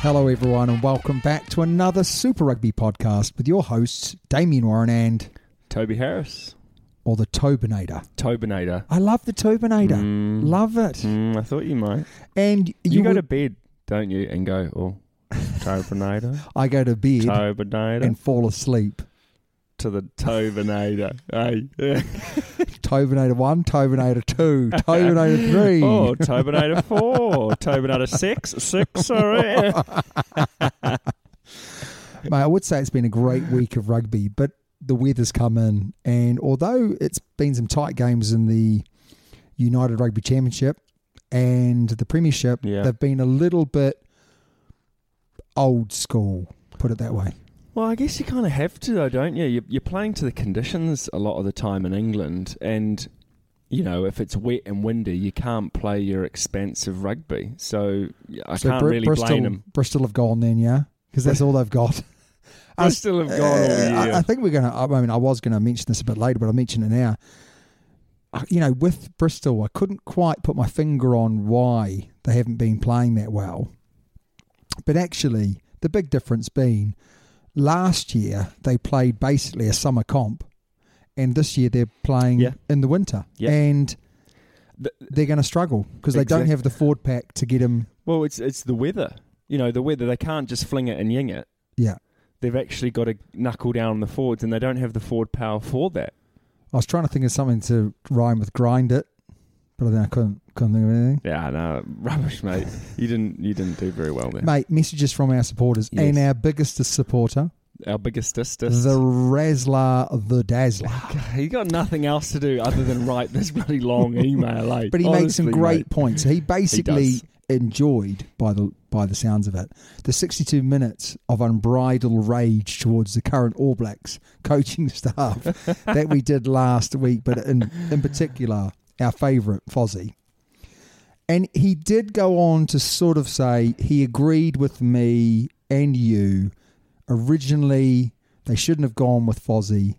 Hello, everyone, and welcome back to another Super Rugby podcast with your hosts, Damien Warren and, Toby Harris. or the Tobinator. Tobinator. I love the Tobinator. Love it. Mm, I thought you might. And you, You, go would- to bed, don't you, and go, oh, Tobinator. I go to bed Tobinator. and fall asleep. to the Tobinator. hey. Tobinator 1, Tobinator 2, Tobinator 3. oh, Tobinator 4. Tobinator 6. 6, sorry. Mate, I would say it's been a great week of rugby, but the weather's come in, and although it's been some tight games in the United Rugby Championship and the Premiership, Yeah. they've been a little bit old school. Put it that way. Well, I guess you kind of have to, though, don't you? You're, you're playing to the conditions a lot of the time in England, and you know if it's wet and windy, you can't play your expansive rugby. So yeah, I can't Bri- really Bristol, blame them. Bristol have gone then, yeah, because that's all they've got. I was- Bristol have gone all Uh, year. I, I think we're going to. I mean, I was going to mention this a bit later, but I'll mention it now. I- You know, with Bristol, I couldn't quite put my finger on why they haven't been playing that well. But actually, the big difference being last year they played basically a summer comp, and this year they're playing Yeah. in the winter, Yeah. and The- they're going to struggle because they don't Exact- have the Ford pack to get them. Well, it's it's the weather. You know, the weather. They can't just fling it and ying it. Yeah, They've actually got to knuckle down on the forwards, and they don't have the forward power for that. I was trying to think of something to rhyme with grind it, but then I couldn't couldn't think of anything. Yeah, no, rubbish, mate. You didn't you didn't do very well there. Mate, messages from our supporters Yes. and our biggest supporter, Our biggest distance. the Razzler the Dazzler. He got nothing else to do other than write this bloody long email, eh? But he makes some Honestly, great mate. points. He basically does. enjoyed by the by the sounds of it the 62 minutes of unbridled rage towards the current All Blacks coaching staff that we did last week, but in in particular our favourite Fozzie. And he did go on to sort of say he agreed with me and you. Originally, they shouldn't have gone with Fozzie.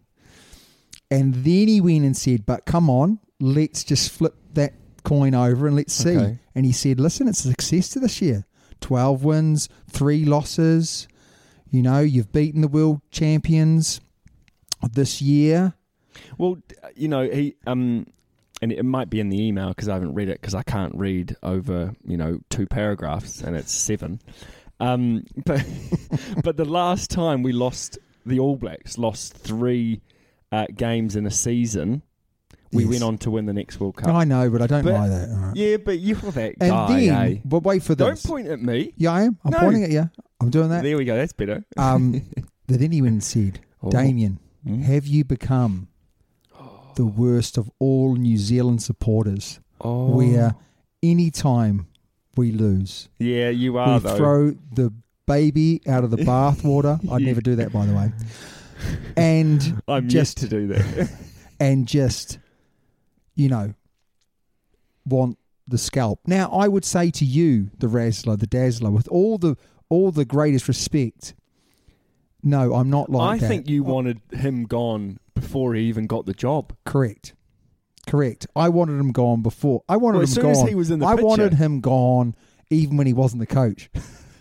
And then he went and said, But come on, let's just flip that coin over and let's see. Okay. And he said, Listen, it's a success to this year 12 wins, three losses. You know, you've beaten the world champions this year. Well, d- uh, you know, he um, and it might be in the email because I haven't read it because I can't read over you know two paragraphs and it's seven. Um, but but the last time we lost, the All Blacks lost three uh, games in a season. We Yes. went on to win the next World Cup. I know, but I don't But- like that. all right. Yeah, but you're that And guy. then, eh? but wait for Don't this. point at me. Yeah, I am. I'm No. pointing at you. I'm doing that. There we go. That's better. Um, but then he went and said, Oh. Damien, Hmm? have you become the worst of all New Zealand supporters? Oh, Where any time we lose, yeah, you we are though. throw the baby out of the bathwater. I'd never do that, by the way. And I'm just just to do that. and just, you know, want the scalp. Now, I would say to you, the Razzler, the Dazzler, with all the all the greatest respect, no, I'm not like I that. think you wanted him gone before he even got the job. Correct. Correct. I wanted him gone before. I wanted Well, him as soon gone. as he was in the I wanted picture. him gone even when he wasn't the coach.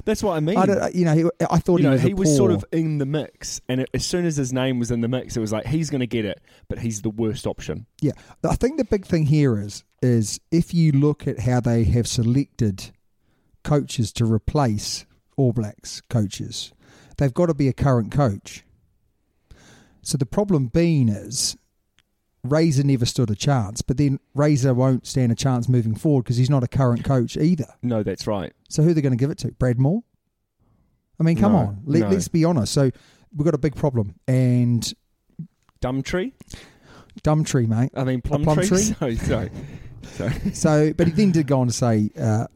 That's what I mean. I don't, uh, you know, he, I thought he you know, was he a was sort poor- of in the mix, and it, as soon as his name was in the mix, it was like he's going to get it, but he's the worst option. Yeah, I think the big thing here is is if you look at how they have selected coaches to replace All Blacks coaches, they've got to be a current coach. So the problem being is Razor never stood a chance, but then Razor won't stand a chance moving forward because he's not a current coach either. No, that's right. So who are they going to give it to? Brad Moore? I mean, come No, on, Let, no. let's be honest. So we've got a big problem, and Dumtree. Dumtree, mate. I mean, Plumtree. Plumtree? Sorry, sorry. sorry. So, but he then did go on to say, uh,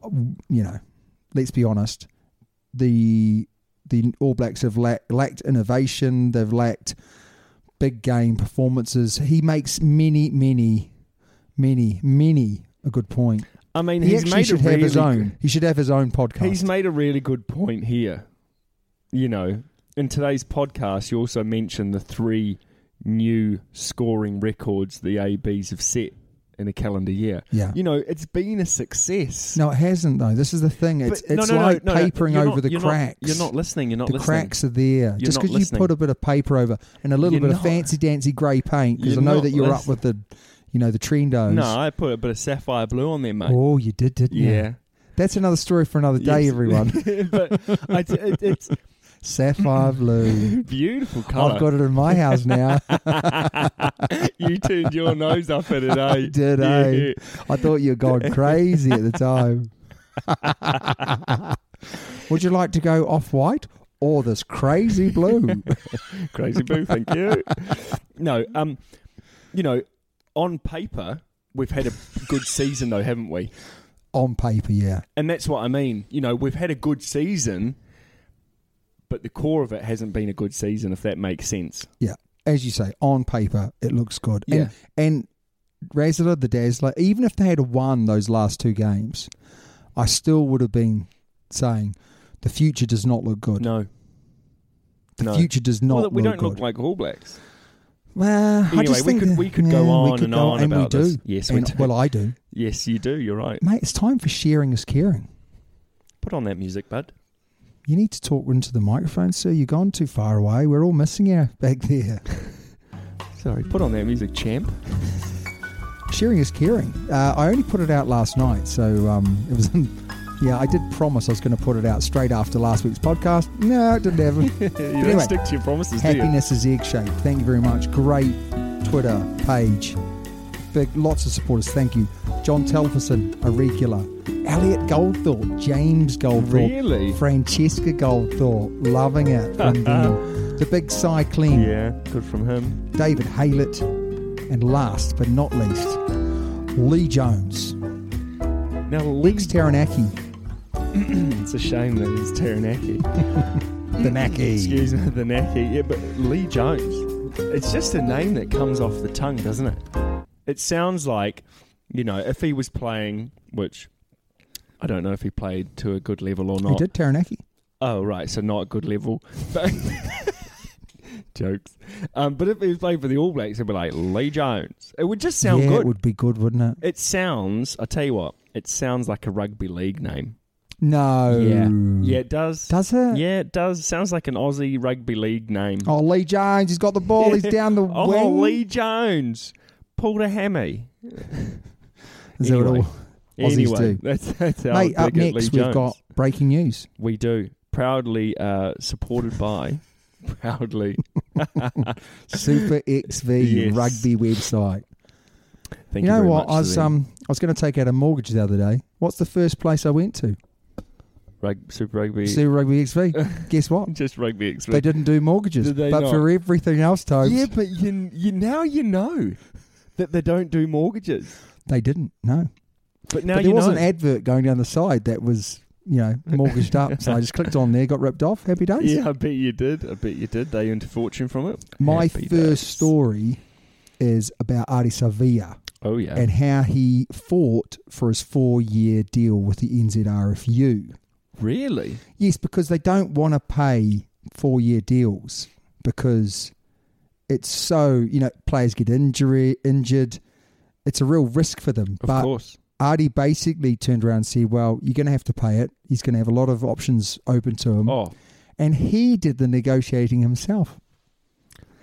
you know, let's be honest, the the All Blacks have la- lacked innovation. They've lacked big game performances. He makes many, many, many, many a good point. I mean, he he's actually made should a have really his own. He should have his own podcast. He's made a really good point here. You know, in today's podcast, you also mentioned the three new scoring records the ABs have set in a calendar year. Yeah. You know, it's been a success. no, it hasn't though. This is the thing. It's But- no, it's no, no, like no, no. papering You're over not- the you're not- cracks. you're not listening. You're not the listening. cracks are there. You're Just not because you listening. put a bit of paper over and a little You're bit not. of fancy dancy grey paint, because I You're know not that you're up listening. with the, you know, the trendos. No, I put a bit of sapphire blue on there, mate. Oh, you did, didn't you? yeah. That's another story for another day, Yes. everyone. but I, it, it's Sapphire blue. beautiful color. I've got it in my house now. you turned your nose up at it, eh? Did I? I thought you were going crazy at the time. Would you like to go off white or this crazy blue? Crazy boo, thank you. no, um, you know, on paper we've had a good season though, haven't we? On paper, yeah. And that's what I mean. You know, we've had a good season, but the core of it hasn't been a good season, if that makes sense. Yeah, as you say, on paper it looks good. Yeah. And, and Razzler the Dazzler, even if they had won those last two games, I still would have been saying the future does not look good. No, the no. future does not well, we look don't good. look like All Blacks. well, I Anyway, just we think could- that- we could yeah, go we on could and go, on and about we do. this. Yes, we And- do. Well, I do, Yes, you do. You're right. mate. It's time for sharing is caring. Put on that music, bud. You need to talk into the microphone, sir. You've gone too far away. We're all missing you back there. Sorry, put on that music, champ. Sharing is caring. Uh, I only put it out last night, so um, it was. yeah, I did promise I was going to put it out straight after last week's podcast. No, it didn't happen. You Anyway, don't stick to your promises, do you? Happiness is egg shaped. Thank you very much. Great Twitter page. Big, lots of supporters. Thank you. John Telferson, a regular. Elliot Goldthorpe, James Goldthorpe, Really? Francesca Goldthorpe, loving it. from them. the big Cy Clean. Yeah, good from him. David Haylett, and last but not least, Lee Jones, Now, Lex Lee's Taranaki, It's a shame that he's Taranaki. the Naki. Excuse me, the Naki. Yeah, but Lee Jones. It's just a name that comes off the tongue, doesn't it? It sounds like, you know, if he was playing, which I don't know if he played to a good level or He not. did Taranaki. Oh, right, so not a good level. But- Jokes. Um, but if he was playing for the All Blacks, it'd be like Lee Jones. It would just sound yeah, good. it would be good, wouldn't it? It sounds, I tell you what, it sounds like a rugby league name. No. Yeah. Yeah, it does. Does it? Yeah, it does. Sounds like an Aussie rugby league name. Oh, Lee Jones, he's got the ball. He's down the oh, wing. Lee Jones pulled a hammy. Is that what Anyway. all- Aussies anyway, do? that's that's how Mate, I up dig next it, Lee we've Jones. got breaking news. we do proudly uh, supported by proudly. Super XV Yes. rugby website. Thank you you, know very what? I much to was them. um I was going to take out a mortgage the other day. What's the first place I went to? Rug, Super Rugby, Super Rugby XV. Guess what? just Rugby X. They didn't do mortgages, Did they but not? for everything else, Tobes, Yeah, but you, you now you know that they don't do mortgages. they didn't. No, But now but you there was know. an advert going down the side that was you know, mortgaged up. So I just clicked on there, got ripped off. Happy days. Yeah, I bet you did. I bet you did. They earned a fortune from it. My Happy first days. story is about Ari Sevilla Oh yeah. and how he fought for his four year deal with the NZRFU. really? Yes, because they don't want to pay four year deals because it's so, you know, players get injury, injured. It's a real risk for them. Of but course. Artie basically turned around and said, Well, you're going to have to pay it. He's going to have a lot of options open to him. Oh. And he did the negotiating himself.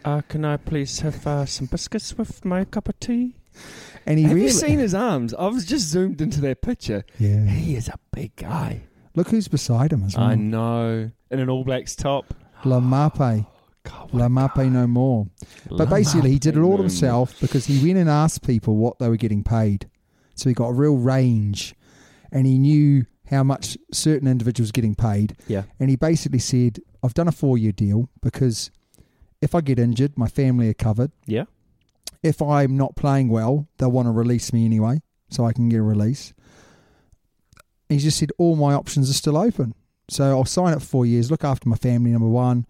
Uh, can I please have uh, some biscuits with my cup of tea? And he Have really. you seen his arms? I was just zoomed into that picture. yeah. He is a big guy. Mm. Look who's beside him as well. I know. In an All Blacks top. La Mape. God, what La a guy. Mape no more. But basically, he did it all himself because he went and asked people what they were getting paid. So he got a real range and he knew how much certain individuals were getting paid. Yeah. And he basically said, I've done a four year deal because if I get injured, my family are covered. Yeah. If I'm not playing well, they'll want to release me anyway so I can get a release. He just said, All my options are still open. So I'll sign up for four years, look after my family, number one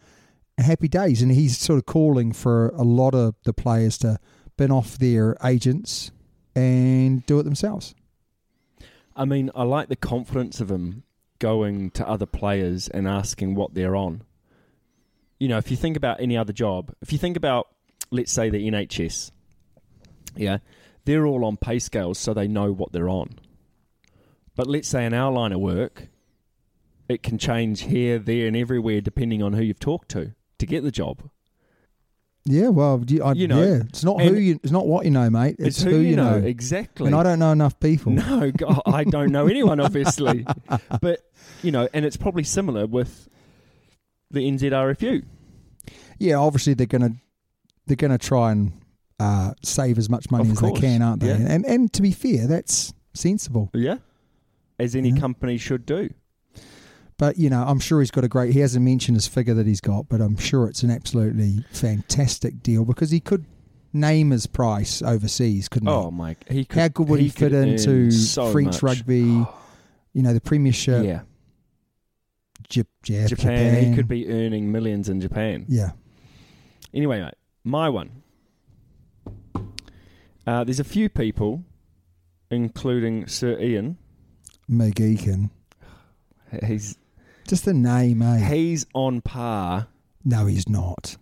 happy days. And he's sort of calling for a lot of the players to bin off their agents and do it themselves. I mean, I like the confidence of him going to other players and asking what they're on. You know, if you think about any other job, if you think about, let's say, the NHS, yeah, they're all on pay scales so they know what they're on. But let's say in our line of work, it can change here, there, and everywhere depending on who you've talked to to get the job. Yeah, well, do you, I, You know, yeah, it's not who and- you, it's not what you know, mate. It's, who, you know. Exactly. And I don't know enough people. No, God, I don't know anyone, obviously. but, you know, and it's probably similar with the NZRFU. Yeah, obviously they're gonna they're gonna try and uh, save as much money Of as course, they can, aren't they? yeah. And and to be fair, that's sensible. Yeah. As any Yeah. company should do. But you know, I'm sure he's got a great. He hasn't mentioned his figure that he's got, but I'm sure it's an absolutely fantastic deal because he could name his price overseas, couldn't he? Oh, my. He could, Mm. how good would he, fit could into earn so French much. rugby? You know, the Premiership, Yeah. Jap- Jap- Japan, Japan, He could be earning millions in Japan. Yeah, Anyway, mate, my one. Uh, there's a few people, including Sir Ian. McGeekin. He's Just the name, eh? he's on par. no, he's not.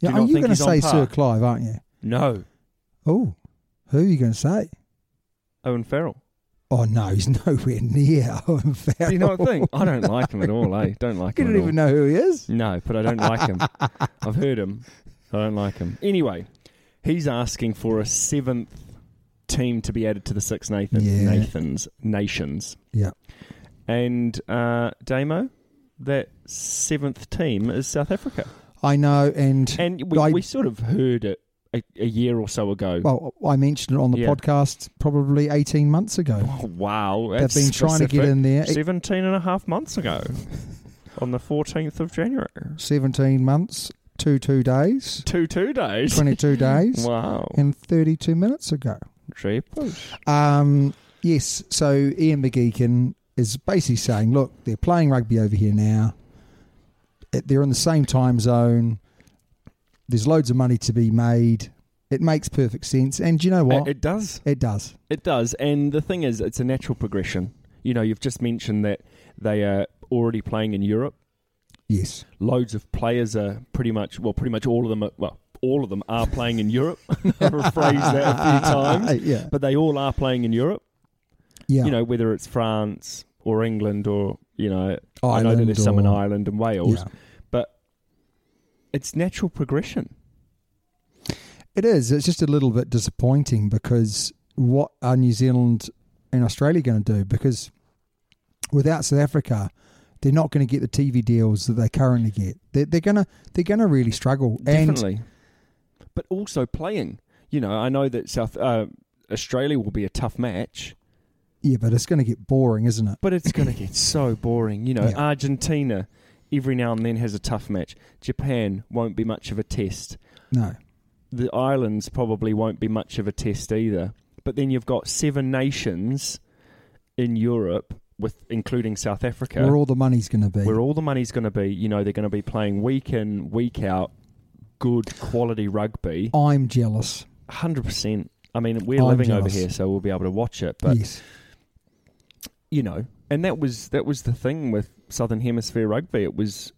Do Yeah, you are not you think going to he's on say par? Sir Clive, aren't you? No, Oh, who are you going to say? Owen Farrell. Oh no, he's nowhere near Owen Do Farrell. you know what I think? I don't like him at all, eh? Don't like You him don't at all. even know who he is. No, but I don't like him. I've heard him. I don't like him. Anyway, he's asking for a seventh team to be added to the Six Nathan, Yeah. Nathans Nations. Yeah, And uh, Damo, that seventh team is South Africa. I know, and And we, I, we sort of heard it a, a year or so ago. well, I mentioned it on the Yeah. podcast probably 18 months ago. Oh, wow. They've that's been trying to get specific. in there. 17 and a half months ago on the 14th of January. 17 months, two two days, Two, two days. 22 days. Wow. and 32 minutes ago. Jeepers. Um, yes, so Ian McGeekin is basically saying, look, they're playing rugby over here now. It- They're in the same time zone. There's loads of money to be made. It makes perfect sense. And do you know what? It, it does. It does. It does. And the thing is, it's a natural progression. You know, you've just mentioned that they are already playing in Europe. Yes. Loads of players are pretty much, well, pretty much all of them, are, well, all of them are playing in Europe. I've rephrased that a few times. Yeah. But they all are playing in Europe, Yeah. you know, whether it's France or England or, you know, I know that Ireland there's some in or- Ireland and Wales, yeah. but it's natural progression. It is. It's just a little bit disappointing because what are New Zealand and Australia going to do? Because without South Africa, they're not going to get the TV deals that they currently get. They're, they're gonna they're going to really struggle. Definitely. but also playing. You know, I know that South uh, Australia will be a tough match, And yeah, but it's going to get boring, isn't it? but it's going to get so boring. You know, Yeah. Argentina every now and then has a tough match. Japan won't be much of a test. No. The islands probably won't be much of a test either. But then you've got seven nations in Europe with including South Africa, Where all the money's going to be. where all the money's going to be. You know, they're going to be playing week in, week out, good quality rugby. I'm jealous. Hundred percent. I mean, we're I'm living over jealous. here, so we'll be able to watch it. But yes. you know, and that was that was the thing with Southern Hemisphere rugby. It was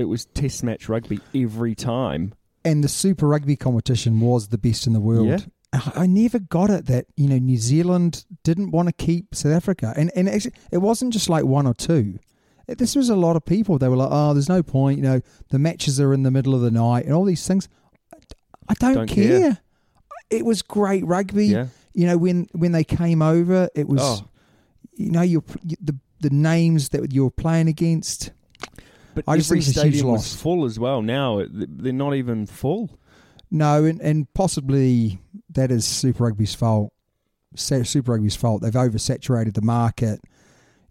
it was Test match rugby every time. And the Super Rugby competition was the best in the world. Yeah. I I never got it that you know New Zealand didn't want to keep South Africa, and and actually it wasn't just like one or two. It- This was a lot of people. They were like, "Oh, there's no point," you know. The matches are in the middle of the night, and all these things. I don't, Don't care. care. It was great rugby. Yeah. You know when when they came over, it was Oh. you know you're, you the the names that you were playing against. But I just every think it's a huge stadium was loss. full as well. Now th- they're not even full. No, and, and possibly that is Super Rugby's fault. Sa- Super Rugby's fault. They've oversaturated the market.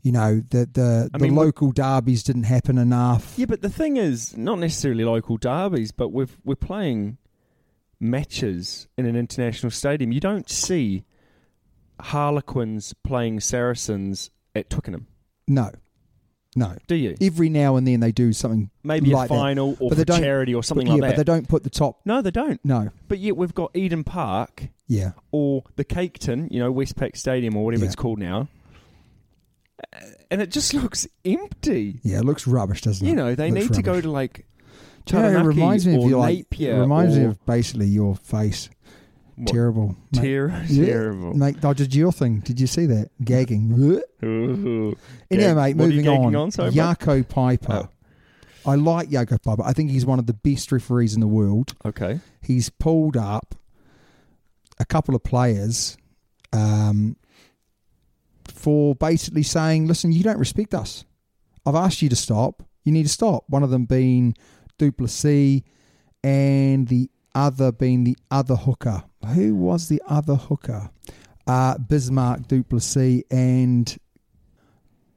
You know, the the, I the mean, we- local derbies didn't happen enough. Yeah, but the thing is, not necessarily local derbies, but we've, we're playing matches in an international stadium. You don't see Harlequins playing Saracens at Twickenham, No, no. do you? Every now and then they do something Maybe like a that. final or But they for don't- charity or something But like yeah, that. but they don't put the top. no, they don't. No, But yet we've got Eden Park yeah, or the Caketon, you know, Westpac Stadium or whatever Yeah. it's called now. Uh, And it just looks empty. yeah. It looks rubbish, doesn't it? You know, they Looks need to go rubbish. to like Do you know, Taranaki it reminds me of or your like. It Napier. reminds or, me of basically your face. what? Terrible. mate. Ter- Yeah, terrible. Mate, I did your thing. Did you see that? Gagging. Ooh. Anyway, Gag- mate, what are you moving gagging on. on Oh. so much? Yarko Piper. I like Yarko Piper. I think he's one of the best referees in the world. Okay. He's pulled up a couple of players um, for basically saying, listen, you don't respect us. I've asked you to stop. You need to stop. One of them being Duplessis and the other being the other hooker. Who was the other hooker? Uh, Bismarck Duplessis and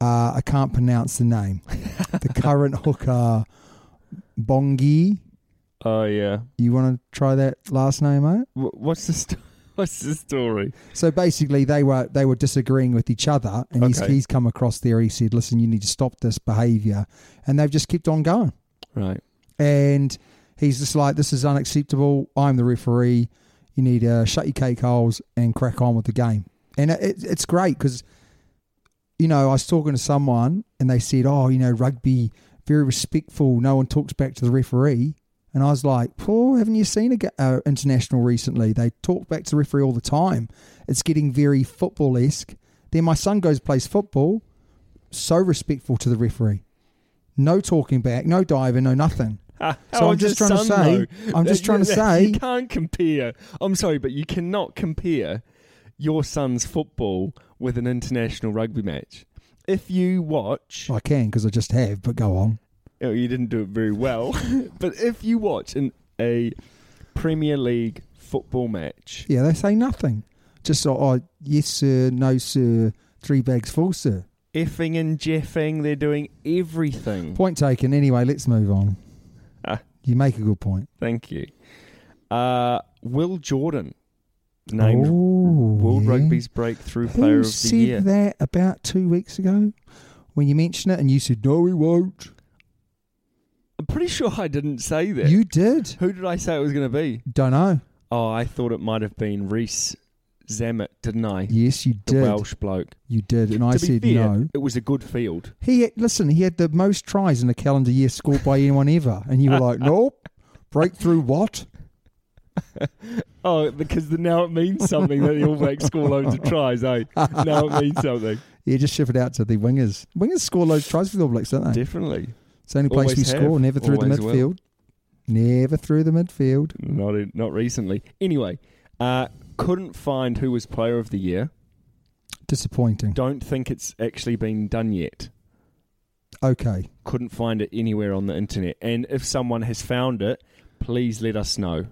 uh, I can't pronounce the name. the current hooker, Bongi. Oh yeah. You want to try that last name, mate? Wh- What's the sto- What's the story? So basically, they were they were disagreeing with each other, and he's, Okay. he's come across there. He said, "Listen, you need to stop this behaviour," and they've just kept on going. Right. And he's just like, "This is unacceptable. I'm the referee. You need to shut your cake holes and crack on with the game." And it- it, it's great because, you know, I was talking to someone and they said, "Oh, you know, rugby very respectful. No one talks back to the referee." And I was like, "Paul, haven't you seen a ga- uh, international recently? They talk back to the referee all the time. It's getting very football esque." Then my son goes plays football, so respectful to the referee, no talking back, no diving, no nothing. So How I'm is just his trying to son, say- though? I'm just That- trying to that- you say- can't compare. I'm sorry, but you cannot compare your son's football with an international rugby match. If you watch, I can because I just have, but go on. oh, you didn't do it very well, but if you watch an, a Premier League football match, Yeah, they say nothing. Just so, oh, yes, sir, no, sir, three bags full, sir. effing and jeffing, they're doing everything. Point taken. Anyway, let's move on. Ah. You make a good point. Thank you. Uh, Will Jordan, named Ooh, World Oh, yeah. Rugby's Breakthrough Who Player of the said Year. that about two weeks ago when you mentioned it and you said, no, he won't? I'm pretty sure I didn't say that. You did. Who did I say it was going to be? Don't know. Oh, I thought it might have been Reese Zammit, didn't I? Yes, you the did. Welsh bloke. You did. And I to be said, fair, no. it was a good field. He had- Listen, he had the most tries in a calendar year scored by anyone ever. And you were like, nope. Breakthrough what? Oh, because the, now it means something that the All Blacks score loads of tries, eh? Now it means something. Yeah, just shift it out to the wingers. Wingers score loads of tries for the All Blacks, don't they? Definitely. It's the only place we Always have. score. Never through Always the will. midfield. Never through the midfield. Not in, not recently. Anyway, uh, couldn't find who was Player of the Year. Disappointing. Don't think it's actually been done yet. Okay. Couldn't find it anywhere on the internet. And if someone has found it, please let us know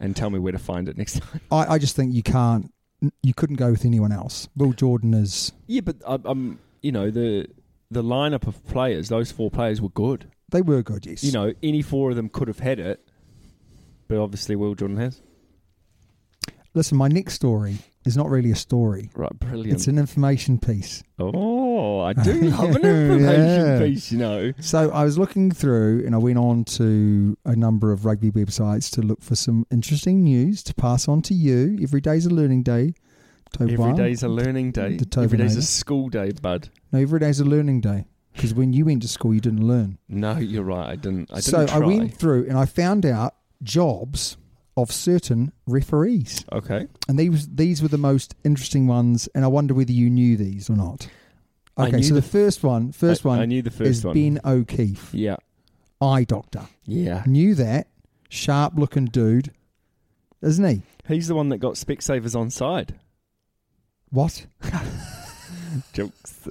and tell me where to find it next time. I, I just think you can't, you couldn't go with anyone else. Will Jordan is, Yeah, but I, um, you know the the lineup of players. Those four players were good. they were good, yes. You know, any four of them could have had it, but obviously Will Jordan has. Listen, my next story is not really a story, Right, brilliant. it's an information piece. oh, Oh, I do have an information Yeah. piece, you know. So I was looking through and I went on to a number of rugby websites to look for some interesting news to pass on to you. Every day's a learning day. Toba. Every day's a learning day. The Every day's a Tobinator. school day, bud. No, every day's a learning day. Because when you went to school, you didn't learn. No, you're right. I didn't. I didn't so try. I went through and I found out jobs of certain referees. Okay. And these, these were the most interesting ones. And I wonder whether you knew these or not. I Okay, knew so the the f- first one, first I- one I knew the is first one. Ben O'Keefe, Yeah. eye doctor. Yeah. Knew that. Sharp looking dude. Isn't he? He's the one that got Specsavers on side. What? Jokes.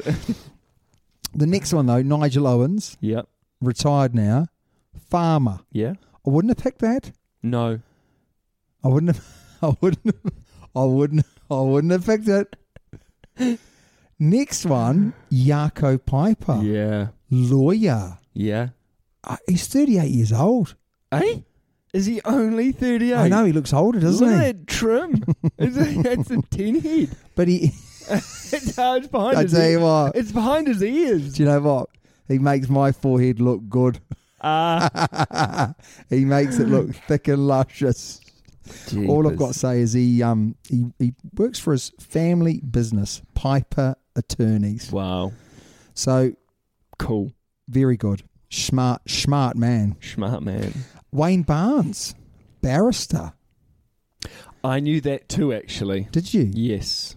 The next one, though, Nigel Owens, yeah. retired now, farmer. Yeah. I wouldn't have picked that. No. I wouldn't have. I wouldn't. I wouldn't. I wouldn't have picked it. Next one, Yarko Piper, Yeah. lawyer. Yeah. Uh, he's 38 years old. Eh? Is he only 38? I know he looks older, doesn't Look he? at that trim. It's a, it's a tin head. But he, It's, uh, it's behind I his tell you ear- what. It's behind his ears. do you know what? He makes my forehead look good. Ah. he makes it look thick and luscious. All I've got to say is he um he, he works for his family business, Piper Attorneys. Wow. So Cool. very good, smart smart man. Smart man. Wayne Barnes, barrister. I knew that too, actually. Did you Yes.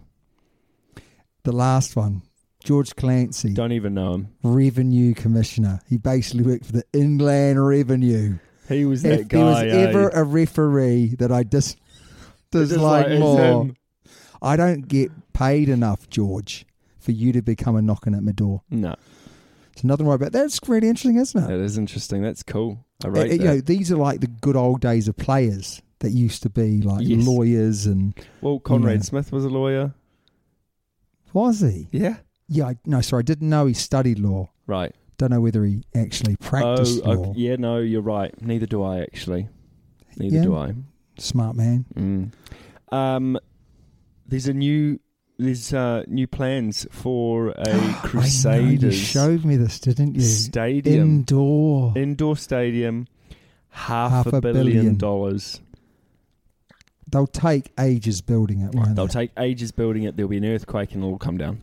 the last one? George Clancy, Don't even know him. Revenue Commissioner. He basically worked for the Inland Revenue. He was that If there was guy. eh? ever a referee that I dis- Just dislike it's more, him. I don't get paid enough, George, for you to become a knocking at my door. No, It's nothing right about that's really interesting, isn't it? that is interesting. That's cool. I Uh, rate you that. know, these are like the good old days of players that used to be like Yes. lawyers and well, Conrad yeah. Smith was a lawyer. was he? Yeah. Yeah, I, no, sorry, I didn't know he studied law. Right. Don't know whether he actually practiced oh, law. okay. yeah. No, you're right. Neither do I actually. Neither Yeah. do I. Smart man. Mm. Um, there's a new there's uh, new plans for a I know, you Crusaders showed me this, didn't you? stadium Indoor. indoor stadium, half, Half a a billion, billion. dollars. They'll take ages building it, won't They'll they? take ages building it. There'll be an earthquake and it'll come down.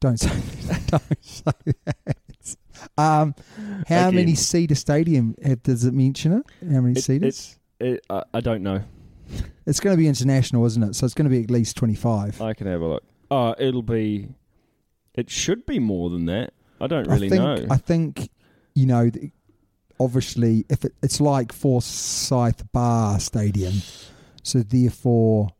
Don't say don't say that. Um, how many Again. seater stadium had- does it mention it? How many It- seaters? It, I, I don't know. It's going to be international, isn't it? So it's going to be at least 25. I can have a look. Oh, it'll be. It should be more than that. I don't really I think, know. I think, you know, th- obviously, if it, it's like Forsyth Bar Stadium, so therefore,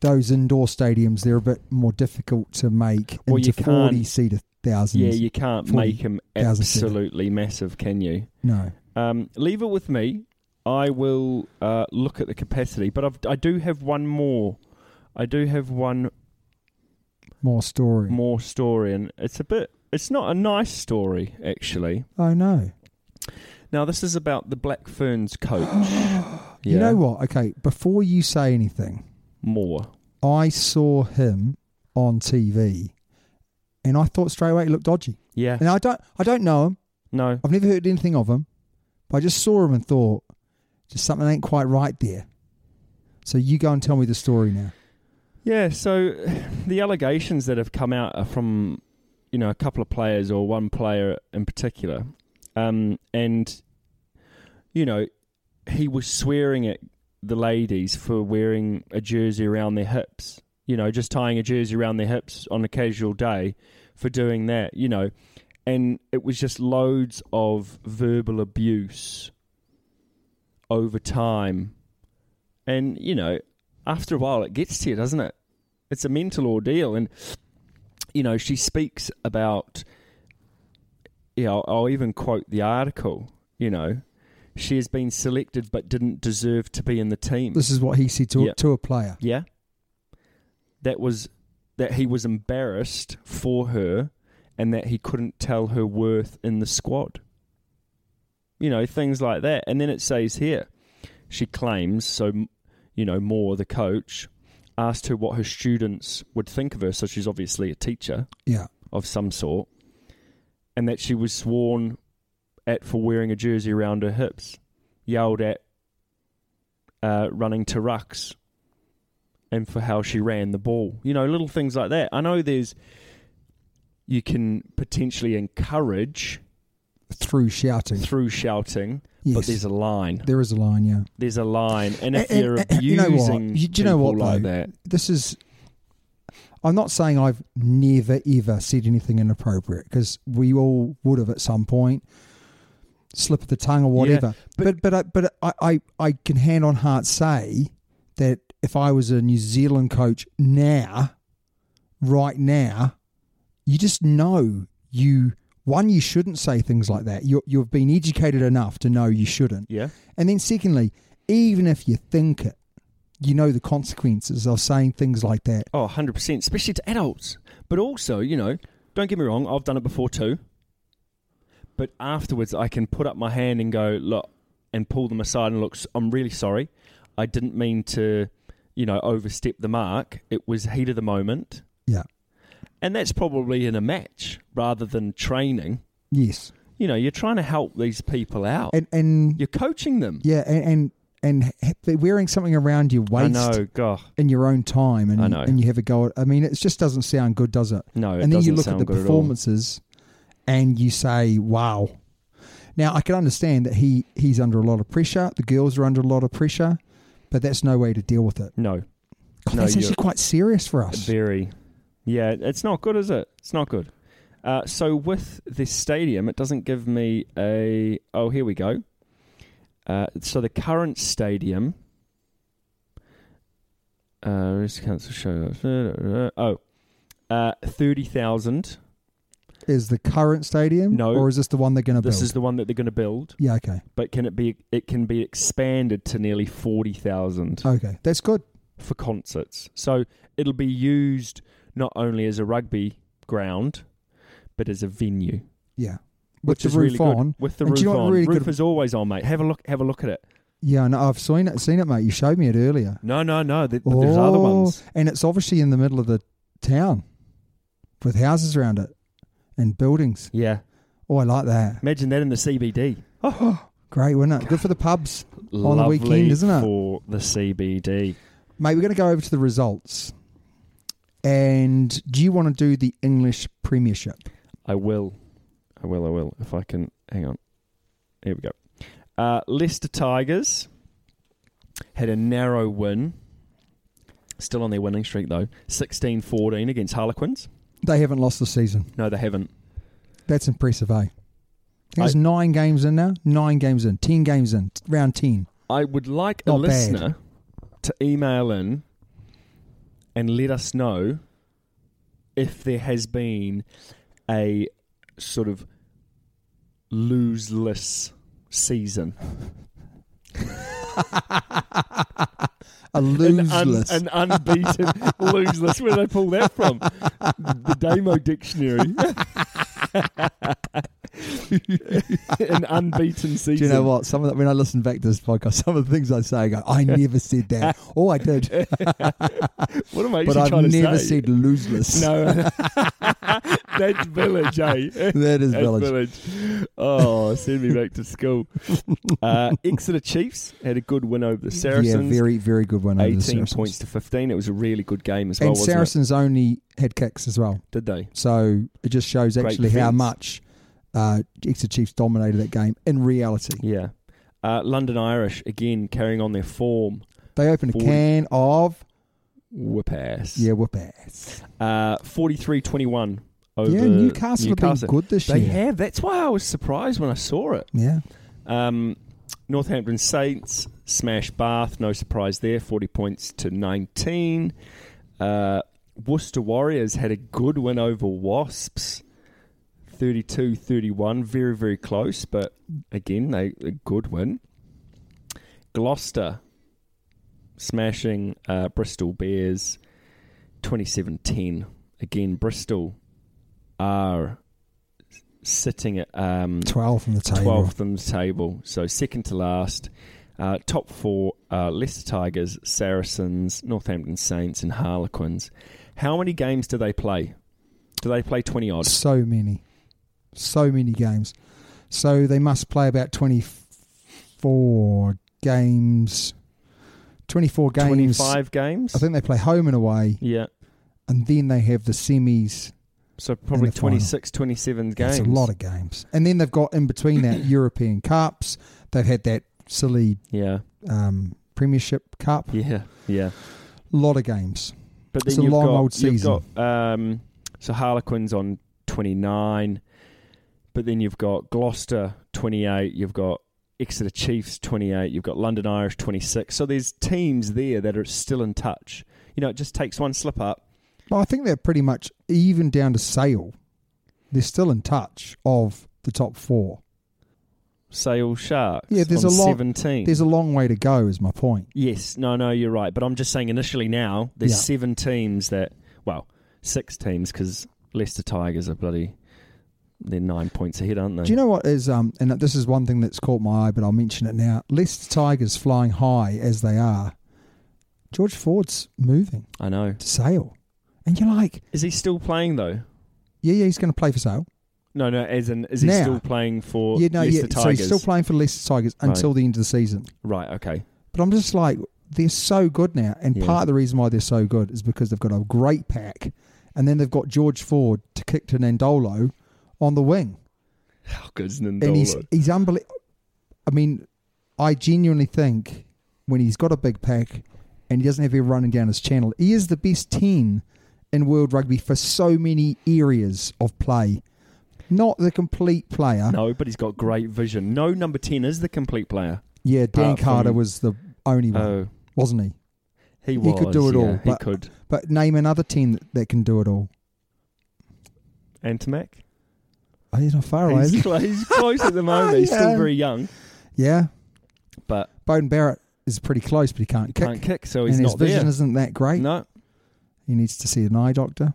those indoor stadiums they're a bit more difficult to make Well, you into can't- forty seater thousands. yeah, you can't 40,000 make them seater. absolutely massive, can you? no. Um, leave it with me. I will uh, look at the capacity, but I've, I do have one more. I do have one More story. more story, and it's a bit. It's not a nice story, actually. Oh no! Now, this is about the Black Ferns coach. You know what? Okay, before you say anything, More. I saw him on TV, and I thought straight away he looked dodgy. Yeah. And I don't, I don't know him. No. I've never heard anything of him, but I just saw him and thought, just something ain't quite right there. So you go and tell me the story now. Yeah, so the allegations that have come out are from, you know, a couple of players or one player in particular. Um, and, you know, he was swearing at the ladies for wearing a jersey around their hips, you know, just tying a jersey around their hips on a casual day for doing that, you know. And it was just loads of verbal abuse over time. And, you know, after a while it gets to you, doesn't it? It's a mental ordeal, and you know she speaks about. You know, I'll even quote the article. You know, she has been selected but didn't deserve to be in the team. This is what he said to, Yeah. to a player. Yeah, that was that he was embarrassed for her, and that he couldn't tell her worth in the squad. You know things like that, and then it says here she claims so you know Moore, the coach asked her what her students would think of her so she's obviously a teacher Yeah. of some sort, and that she was sworn at for wearing a jersey around her hips, yelled at uh, running to rucks, and for how she ran the ball. You know, little things like that. I know there's you can potentially encourage through shouting. through shouting, but Mm. Yes. there's a line. There is a line, yeah. There's a line, and if And- you're and- and you know abusing what? You- do you know people what, like though? that, This is. I'm not saying I've never ever said anything inappropriate because we all would have at some point, slip of the tongue or whatever. but but- but I, but I, I I can hand on heart say that if I was a New Zealand coach now, right now, you just know you one you shouldn't say things like that. You you've been educated enough to know you shouldn't. yeah, And then, secondly, even if you think it, you know the consequences of saying things like that. oh, 100 percent, especially to adults. But also, you know, don't get me wrong, I've done it before too. But afterwards, I can put up my hand and go look, and pull them aside and look. s- I'm really sorry, I didn't mean to, you know, overstep the mark. It was heat of the moment, Yeah. and that's probably in a match rather than training. Yes. You know, you're trying to help these people out. And and you're coaching them. yeah, and and, and ha- wearing something around your I waist know, God. in your own time, and I know. and you have a go. At, I mean, it just doesn't sound good, does it? No, it And then you doesn't look sound at the good at all. performances, and you say, "Wow." Now I can understand that he he's under a lot of pressure. The girls are under a lot of pressure, but that's no way to deal with it. No, God, No, that's you're- actually quite serious for us. very. Yeah, it's not good, is it? It's not good. Uh, so with this stadium, it doesn't give me a. Oh, here we go. Uh, so the current stadium. Uh, risk council show. Oh, uh, thirty thousand. Is the current stadium? No. Or is this the one they're going to build? This is the one that they're going to build, yeah. Okay. but can it be? It can be expanded to nearly forty thousand. Okay. That's good. for concerts. So it'll be used not only as a rugby ground, but as a venue, Yeah. which With is the roof really good. on. With the And do roof you know what on, really roof good- is always on, mate. Have a look. Have a look at it. Yeah, no, I've seen it, seen it, mate. You showed me it earlier. Oh, No, no, no. th- There's other ones. And it's obviously in the middle of the town with houses around it and buildings. Yeah, Oh, I like that. imagine that in the CBD. Great, wasn't it? Good for the pubs on the Lovely weekend, isn't it? For the CBD. Mate, we're going to go over to the results. And do you want to do the English Premiership? I will. I will. I will. If I can. Hang on. Here we go. Uh, Leicester Tigers had a narrow win. Still on their winning streak, though. 16 14 against Harlequins. They haven't lost the season. No, they haven't. That's impressive, eh? I think it's nine games in now. Nine games in. Ten games in. Round ten. I would like a Not bad. listener to email in and let us know if there has been a sort of loseless season. A An, un- loseless. an unbeaten loseless. Where did I pull that from? The Damo Dictionary. an unbeaten season. Do you know what? Some of the, when I listen back to this podcast, some of the things I say, I go, I never said that. Oh, I did, What am I but actually trying I've to never say? said loseless. No, that's village, eh? that is That's village. village. Oh, send me back to school. Uh, Exeter Chiefs had a good win over the Yeah, Saracens. very, very good one. over the 18 Saracens. points to 15. It was a really good game as well, and wasn't Saracens only had kicks as well, it? Did they? so it just shows Great actually how defence. much uh, Exeter Chiefs dominated that game. In reality, Yeah. Uh, London Irish, again, carrying on their form. they opened a Forty- can of Whoop ass. yeah, whoop ass. Uh, 43-21 over yeah, Newcastle, have Newcastle. been good this They year. have. That's why I was surprised when I saw it. yeah, Um, Northampton Saints smash Bath, no surprise there, 40 points to 19. Uh, Worcester Warriors had a good win over Wasps, 32 31. Very, very close, but again, they, a good win. Gloucester smashing uh, Bristol Bears, 27 10. Again, Bristol are sitting at. Um, twelve from the table. 12th on the table, so second to last. Uh, top four: uh, Leicester Tigers, Saracens, Northampton Saints, and Harlequins. How many games do they play? Do they play 20 odd? So many, so many games. So they must play about twenty four games. Twenty four games. 25 games? I think they play home and away, Yeah. and then they have the semis. So probably the final. 26, 27 games. That's a lot of games, and then they've got in between that European Cups. They've had that silly Yeah. um, Premiership Cup. Yeah. Yeah. lot of games. But then It's a you've long got, old you've season. got, um, so Harlequins on 29, but then you've got Gloucester 28, you've got Exeter Chiefs 28, you've got London Irish 26. So there's teams there that are still in touch. You know, it just takes one slip up. Well, I think they're pretty much even down to Sale. They're still in touch of the top four. Sale Sharks. Yeah, there's on a lot- 17. There's a long way to go, is my point. Yes, no, no, you're right. But I'm just saying initially now, there's Yeah. seven teams that, well, six teams because Leicester Tigers are bloody, they're nine points ahead, aren't they? Do you know what is? Um, and this is one thing that's caught my eye, but I'll mention it now. Leicester Tigers flying high as they are. George Ford's moving I know. to Sale, and you're like, Is he still playing though? yeah, yeah, he's going to play for Sale. No, no. As in, is he Now. still playing for yeah, no, Leicester yeah. Tigers? So he's still playing for Leicester Tigers until the end of the season. Right. Okay. But I'm just like, they're so good now. And Yeah. part of the reason why they're so good is because they've got a great pack. And then they've got George Ford to kick to Nandolo on the wing. How good's Nandolo? And he's, he's unbelievable. I mean, I genuinely think when he's got a big pack and he doesn't have everyone running down his channel, he is the best 10 in world rugby for so many areas of play. Not the complete player. no, but he's got great vision. No number ten is the complete player. Yeah, Dan Apart from- Carter was the only one, Oh, wasn't he? he He was. could do it yeah, all, He but- could. But name another 10 that, that can do it all. Antimac. Oh, he's not far away, is he? he's, cl- he's close at the moment. He's still Yeah. very young, Yeah. but Bowden Barrett is pretty close, but he can't kick. can't kick, so and he's his not vision there. isn't that great. No, He needs to see an eye doctor.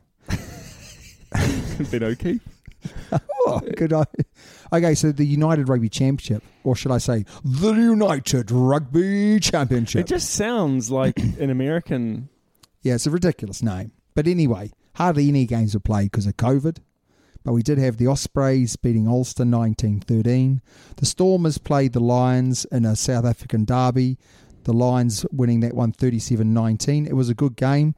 been okay. Oh, good eye. Okay, so the United Rugby Championship, or should I say, the United Rugby Championship. It just sounds like an American. yeah, it's a ridiculous name. But anyway, hardly any games were played because of COVID. But we did have the Ospreys beating Ulster 1913. The Stormers played the Lions in a South African derby. The Lions winning that one 37 19. It was a good game.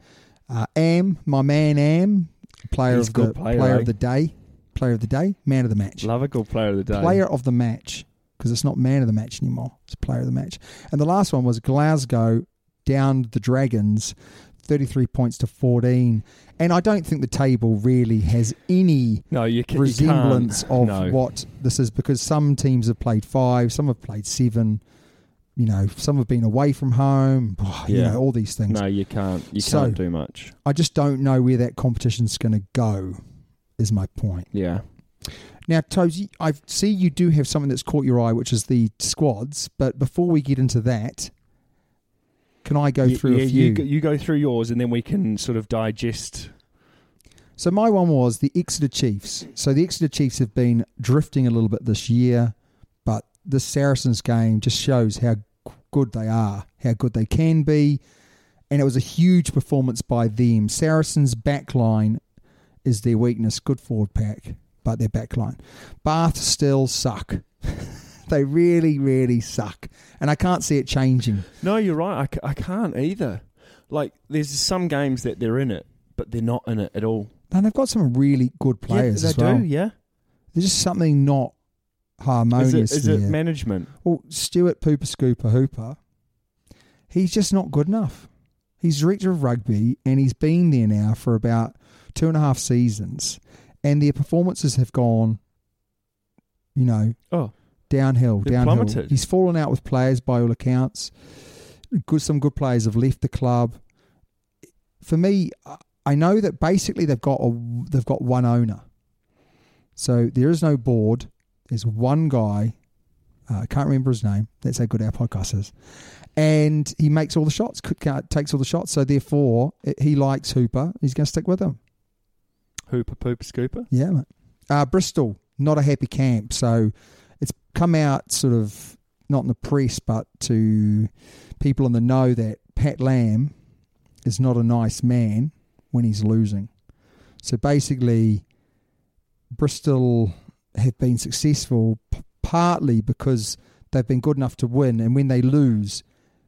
Uh, Am, my man Am, player He's of a good the player, player eh? of the day, player of the day, man of the match Love a good player of the day. player of the match because it's not man of the match anymore. It's player of the match. And the last one was Glasgow downed the Dragons 33 points to 14. And I don't think the table really has any No, you, ca- you resemblance can't. of no. what this is because some teams have played five, some have played seven, you know, some have been away from home, you Yeah. know, all these things. No, you can't. You So- can't do much. I just don't know where that competition's going to go, is my point. Yeah. Now, Toes, I see you do have something that's caught your eye, which is the squads. But before we get into that, can I go Y- through yeah, a few? You, go- you go through yours, and then we can sort of digest. so my one was the Exeter Chiefs. So the Exeter Chiefs have been drifting a little bit this year, but the Saracens game just shows how good they are, how good they can be, and it was a huge performance by them. Saracens' backline is their weakness. Good forward pack, but their backline. Bath still suck. they really, really suck, and I can't see it changing. No, you're right. I, ca- I can't either. Like, there's some games that they're in it, but they're not in it at all. And they've got some really good players yeah, they as well. do. Yeah. There's just something not Is it, harmonious is there. it management? well, Stuart Pooper Scooper Hooper, he's just not good enough. He's director of rugby and he's been there now for about two and a half seasons, and their performances have gone, you know, Oh, downhill, They've downhill. plummeted. He's fallen out with players by all accounts. Good, some good players have left the club. For me, I- I know that basically they've got a, they've got one owner, so there is no board. There's one guy. uh, I can't remember his name. That's how good our podcast is. And he makes all the shots, could- can't- takes all the shots. So therefore, it, he likes Hooper. He's going to stick with him. hooper, pooper, scooper. Yeah, mate. Uh, Bristol, not a happy camp. So it's come out sort of not in the press, but to people in the know that Pat Lamb is not a nice man when he's losing. So basically, Bristol have been successful p- partly because they've been good enough to win, and when they lose,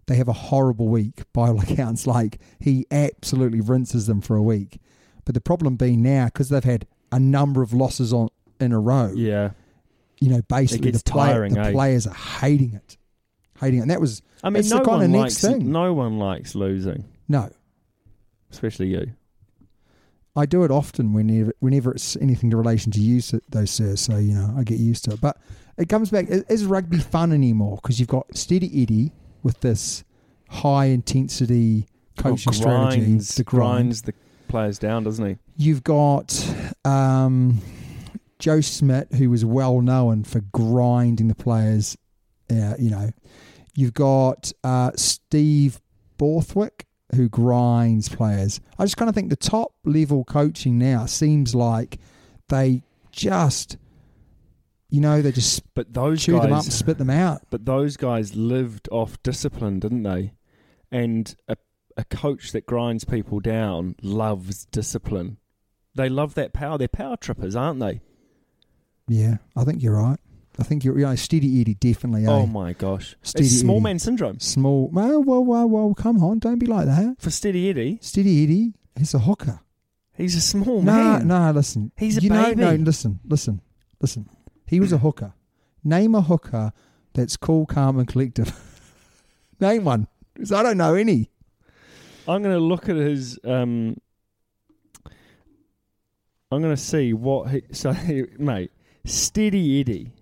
they have a horrible week by all accounts. Like he absolutely rinses them for a week. But the problem being now because they've had a number of losses on in a row. Yeah. You know, basically the, gets play, tiring, the eh? players are hating it, hating it. And that was I mean, That's the no kinda one likes next thing. no one likes losing, no. especially you. I do it often whenever whenever it's anything in relation to you, s- though, sir. So you know, I get used to it. But it comes back. i- Is rugby fun anymore? Because you've got Steady Eddie with this high intensity coaching Oh, strategy, grinds, the grind. grinds the players down, doesn't he? You've got um, Joe Smith, who was well known for grinding the players. Uh, you know, you've got uh, Steve Borthwick, who grinds players. I just kind of think the top level coaching now seems like they just, you know, they just But those chew guys, them up, and spit them out. but those guys lived off discipline, didn't they? And a, a coach that grinds people down loves discipline. They love that power. They're power trippers, aren't they? Yeah, I think you're right. I think you're, you know, Steady Eddie definitely. Oh eh? my gosh! Steady it's small Eddie. man syndrome Small. Well, well, well, well. Come on, don't be like that. for Steady Eddie. Steady Eddie is a hooker. He's a small no, Oh, man. no, listen. He's a you know- baby. no, listen, listen, listen. He was a hooker. Name a hooker that's cool, calm, and collective. Name one. 'Cause I don't know any. I'm going to look at his. Um, I'm going to see what he. So, he, mate, Steady Eddie.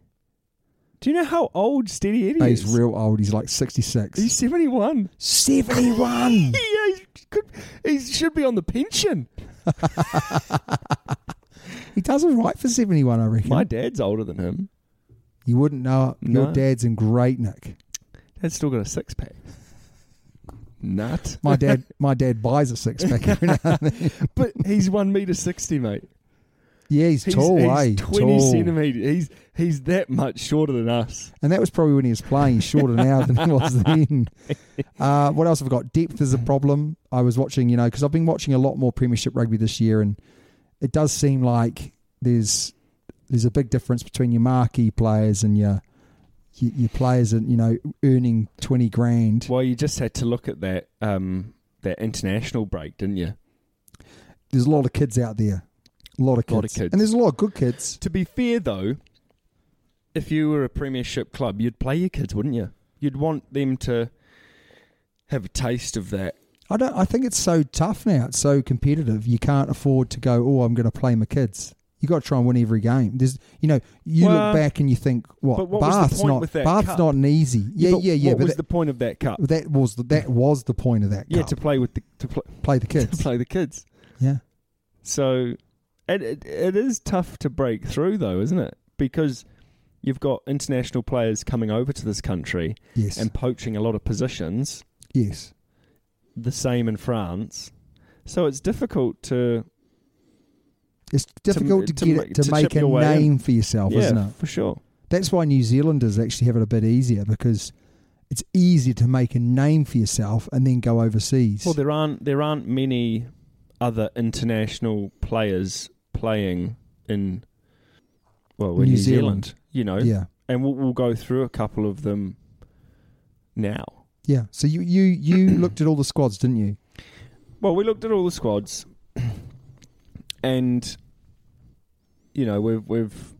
Do you know how old Steady Eddie He's is? real old. He's like 66. He's 71. 71. Yeah, he, could, he should be on the pension. he does all right for 71, I reckon. My dad's older than him. you wouldn't know it. Your No. dad's in great nick. Dad's still got a six pack. Nut. My dad, my dad buys a six pack every now and then. but he's one meter sixty, mate. Yeah, he's, He's, tall, he's eh? twenty Tall. centimeters. He's he's that much shorter than us. And that was probably when he was playing He's shorter now than he was then. Uh, what else have I got? Depth is a problem. I was watching, you know, because I've been watching a lot more Premiership rugby this year, and it does seem like there's there's a big difference between your marquee players and your your, your players, and you know, earning twenty grand. Well, you just had to look at that um, that international break, didn't you? There's a lot of kids out there, a lot of kids, Lot of kids. and there's a lot of good kids. To be fair, though, if you were a premiership club, you'd play your kids, wouldn't you? You'd want them to have a taste of that. I don't. I think it's so tough now. It's so competitive. You can't afford to go. Oh, I'm going to play my kids. You got to try and win every game. There's, you know, you Well, look back and you think, what? but what was the Bath's point not. with that Bath's cup? not an easy. Yeah, But yeah, yeah. What But was that, the point of that cup? that was the, that was the point of that. yeah, cup. to play with the to, pl- play the to kids. play the kids. Yeah, So it, it it is tough to break through, though, isn't it? Because you've got international players coming over to this country yes, and poaching a lot of positions. yes. the same in France. So it's difficult to It's difficult to, to get ma- it to, to make chip a your way in. name for yourself, isn't yeah, it? for sure. That's why New Zealanders actually have it a bit easier because it's easier to make a name for yourself and then go overseas. Well, there aren't there aren't many other international players playing in well in New New Zealand. Zealand. You know, yeah, and we'll, we'll go through a couple of them now. yeah. So you you you looked at all the squads, didn't you? Well, we looked at all the squads, and you know we've we've.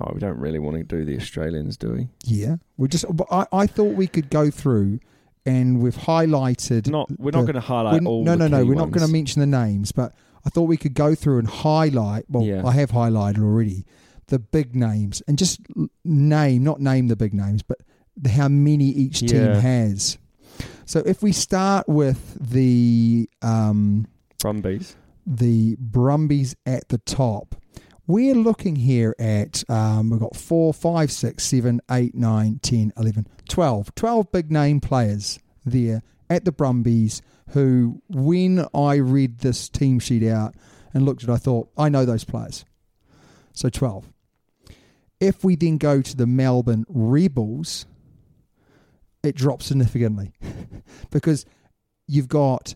Oh, we don't really want to do the Australians, do we? Yeah, we just. but I, I thought we could go through, and we've highlighted. Not we're not the- going to highlight we're- all. No, the no, no. key We're not going ones. to mention the names, but I thought we could go through and highlight. Well, Yeah. I have highlighted already the big names, and just l- name, not name the big names, but the, how many each team Yeah. has. So if we start with the um, Brumbies. the Brumbies at the top. We're looking here at, um, we've got 4, five, six, seven, eight, nine, 10, 11, 12. 12 big name players there at the Brumbies who, when I read this team sheet out and looked at it, I thought, I know those players. So 12. If we then go to the Melbourne Rebels, it drops significantly because you've got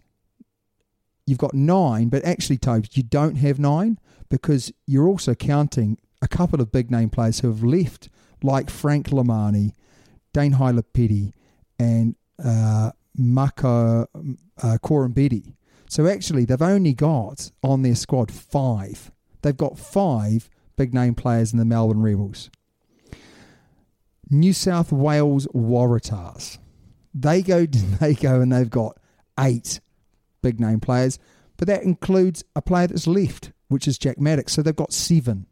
you've got nine, but actually, Tobes, you don't have nine because you're also counting a couple of big name players who have left, like Frank Lamani, Dane Hylapedi, and uh, Mako uh, Corumbedi. So actually, they've only got on their squad five. They've got five big name players in the Melbourne Rebels. New South Wales Waratahs. They go, they go, and they've got eight big name players, but that includes a player that's left, which is Jack Maddox. So they've got seven,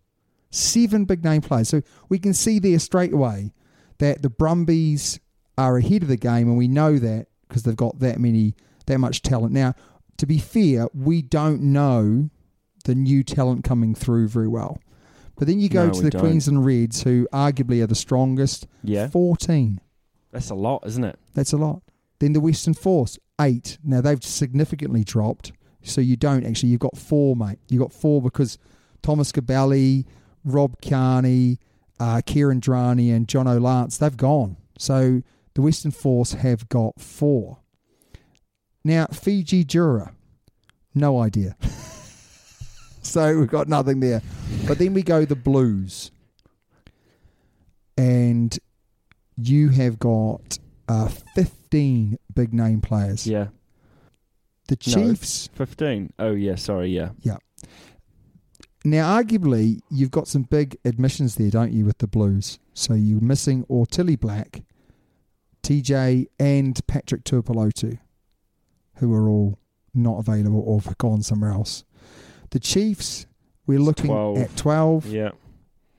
seven big name players. So we can see there straight away that the Brumbies are ahead of the game, and we know that because they've got that many, that much talent. Now, to be fair, we don't know the new talent coming through very well. But then you go No, to we the don't. Queensland Reds, who arguably are the strongest. Yeah. 14. That's a lot, isn't it? That's a lot. Then the Western Force, eight. Now they've significantly dropped. So you don't actually. You've got four, mate. You've got four because Thomas Cabelli, Rob Carney, uh, Kieran Drani, and John O'Lance, they've gone. So the Western Force have got four. Now, Fiji Jura, no idea. so we've got nothing there. But then we go the Blues. And you have got uh, 15 big name players. Yeah. The No. Chiefs, 15. Oh, yeah. Sorry. Yeah. now arguably, you've got some big admissions there, don't you, with the Blues? So you're missing Ortilli Black, TJ, and Patrick Tuipulotu, who are all not available or have gone somewhere else. The Chiefs, we're looking 12. at 12. Yeah.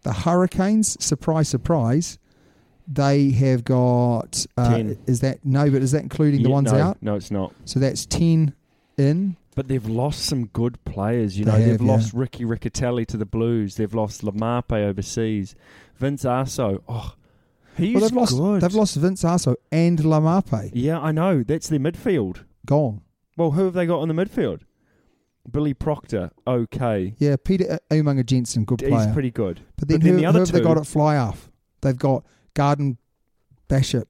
The Hurricanes, surprise, surprise, they have got. Uh, 10. Is that no? But is that including the Yeah, ones no, out? No, it's not. So that's ten in. But they've lost some good players. You They know, they've have, yeah. lost Ricky Riccatelli to the Blues. They've lost Lamape overseas. Vince Arso. Oh, he's Well, they've lost. good. They've lost Vince Arso and Lamape. Yeah, I know. That's their midfield. Gone. Well, who have they got on the midfield? Billy Proctor. Okay. Yeah, Peter Umanga Jensen, good player. He's pretty good. but then, who, the other who have two, they got at fly off? They've got Garden Bishop,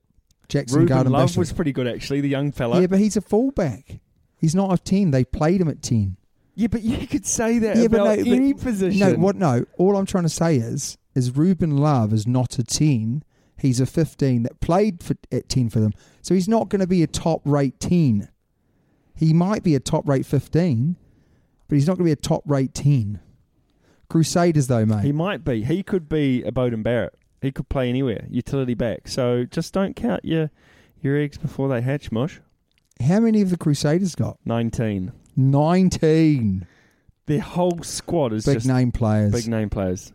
Jackson Ruben Garden Love Bishop. was pretty good, actually, the young fella. yeah, but he's a fullback. He's not a ten. They played him at ten. Yeah, but you could say that Yeah, but about no, but- any position. No, what? No. All I'm trying to say is, is Ruben Love is not a ten. He's a fifteen that played for, at ten for them. So he's not going to be a top rate ten. He might be a top rate fifteen, but he's not going to be a top rate ten. Crusaders, though, mate. He might be. He could be a Bowden Barrett. He could play anywhere, utility back. So just don't count your your eggs before they hatch, Mush. How many of the Crusaders got? 19. Nineteen Their whole squad is big just name players. big name players,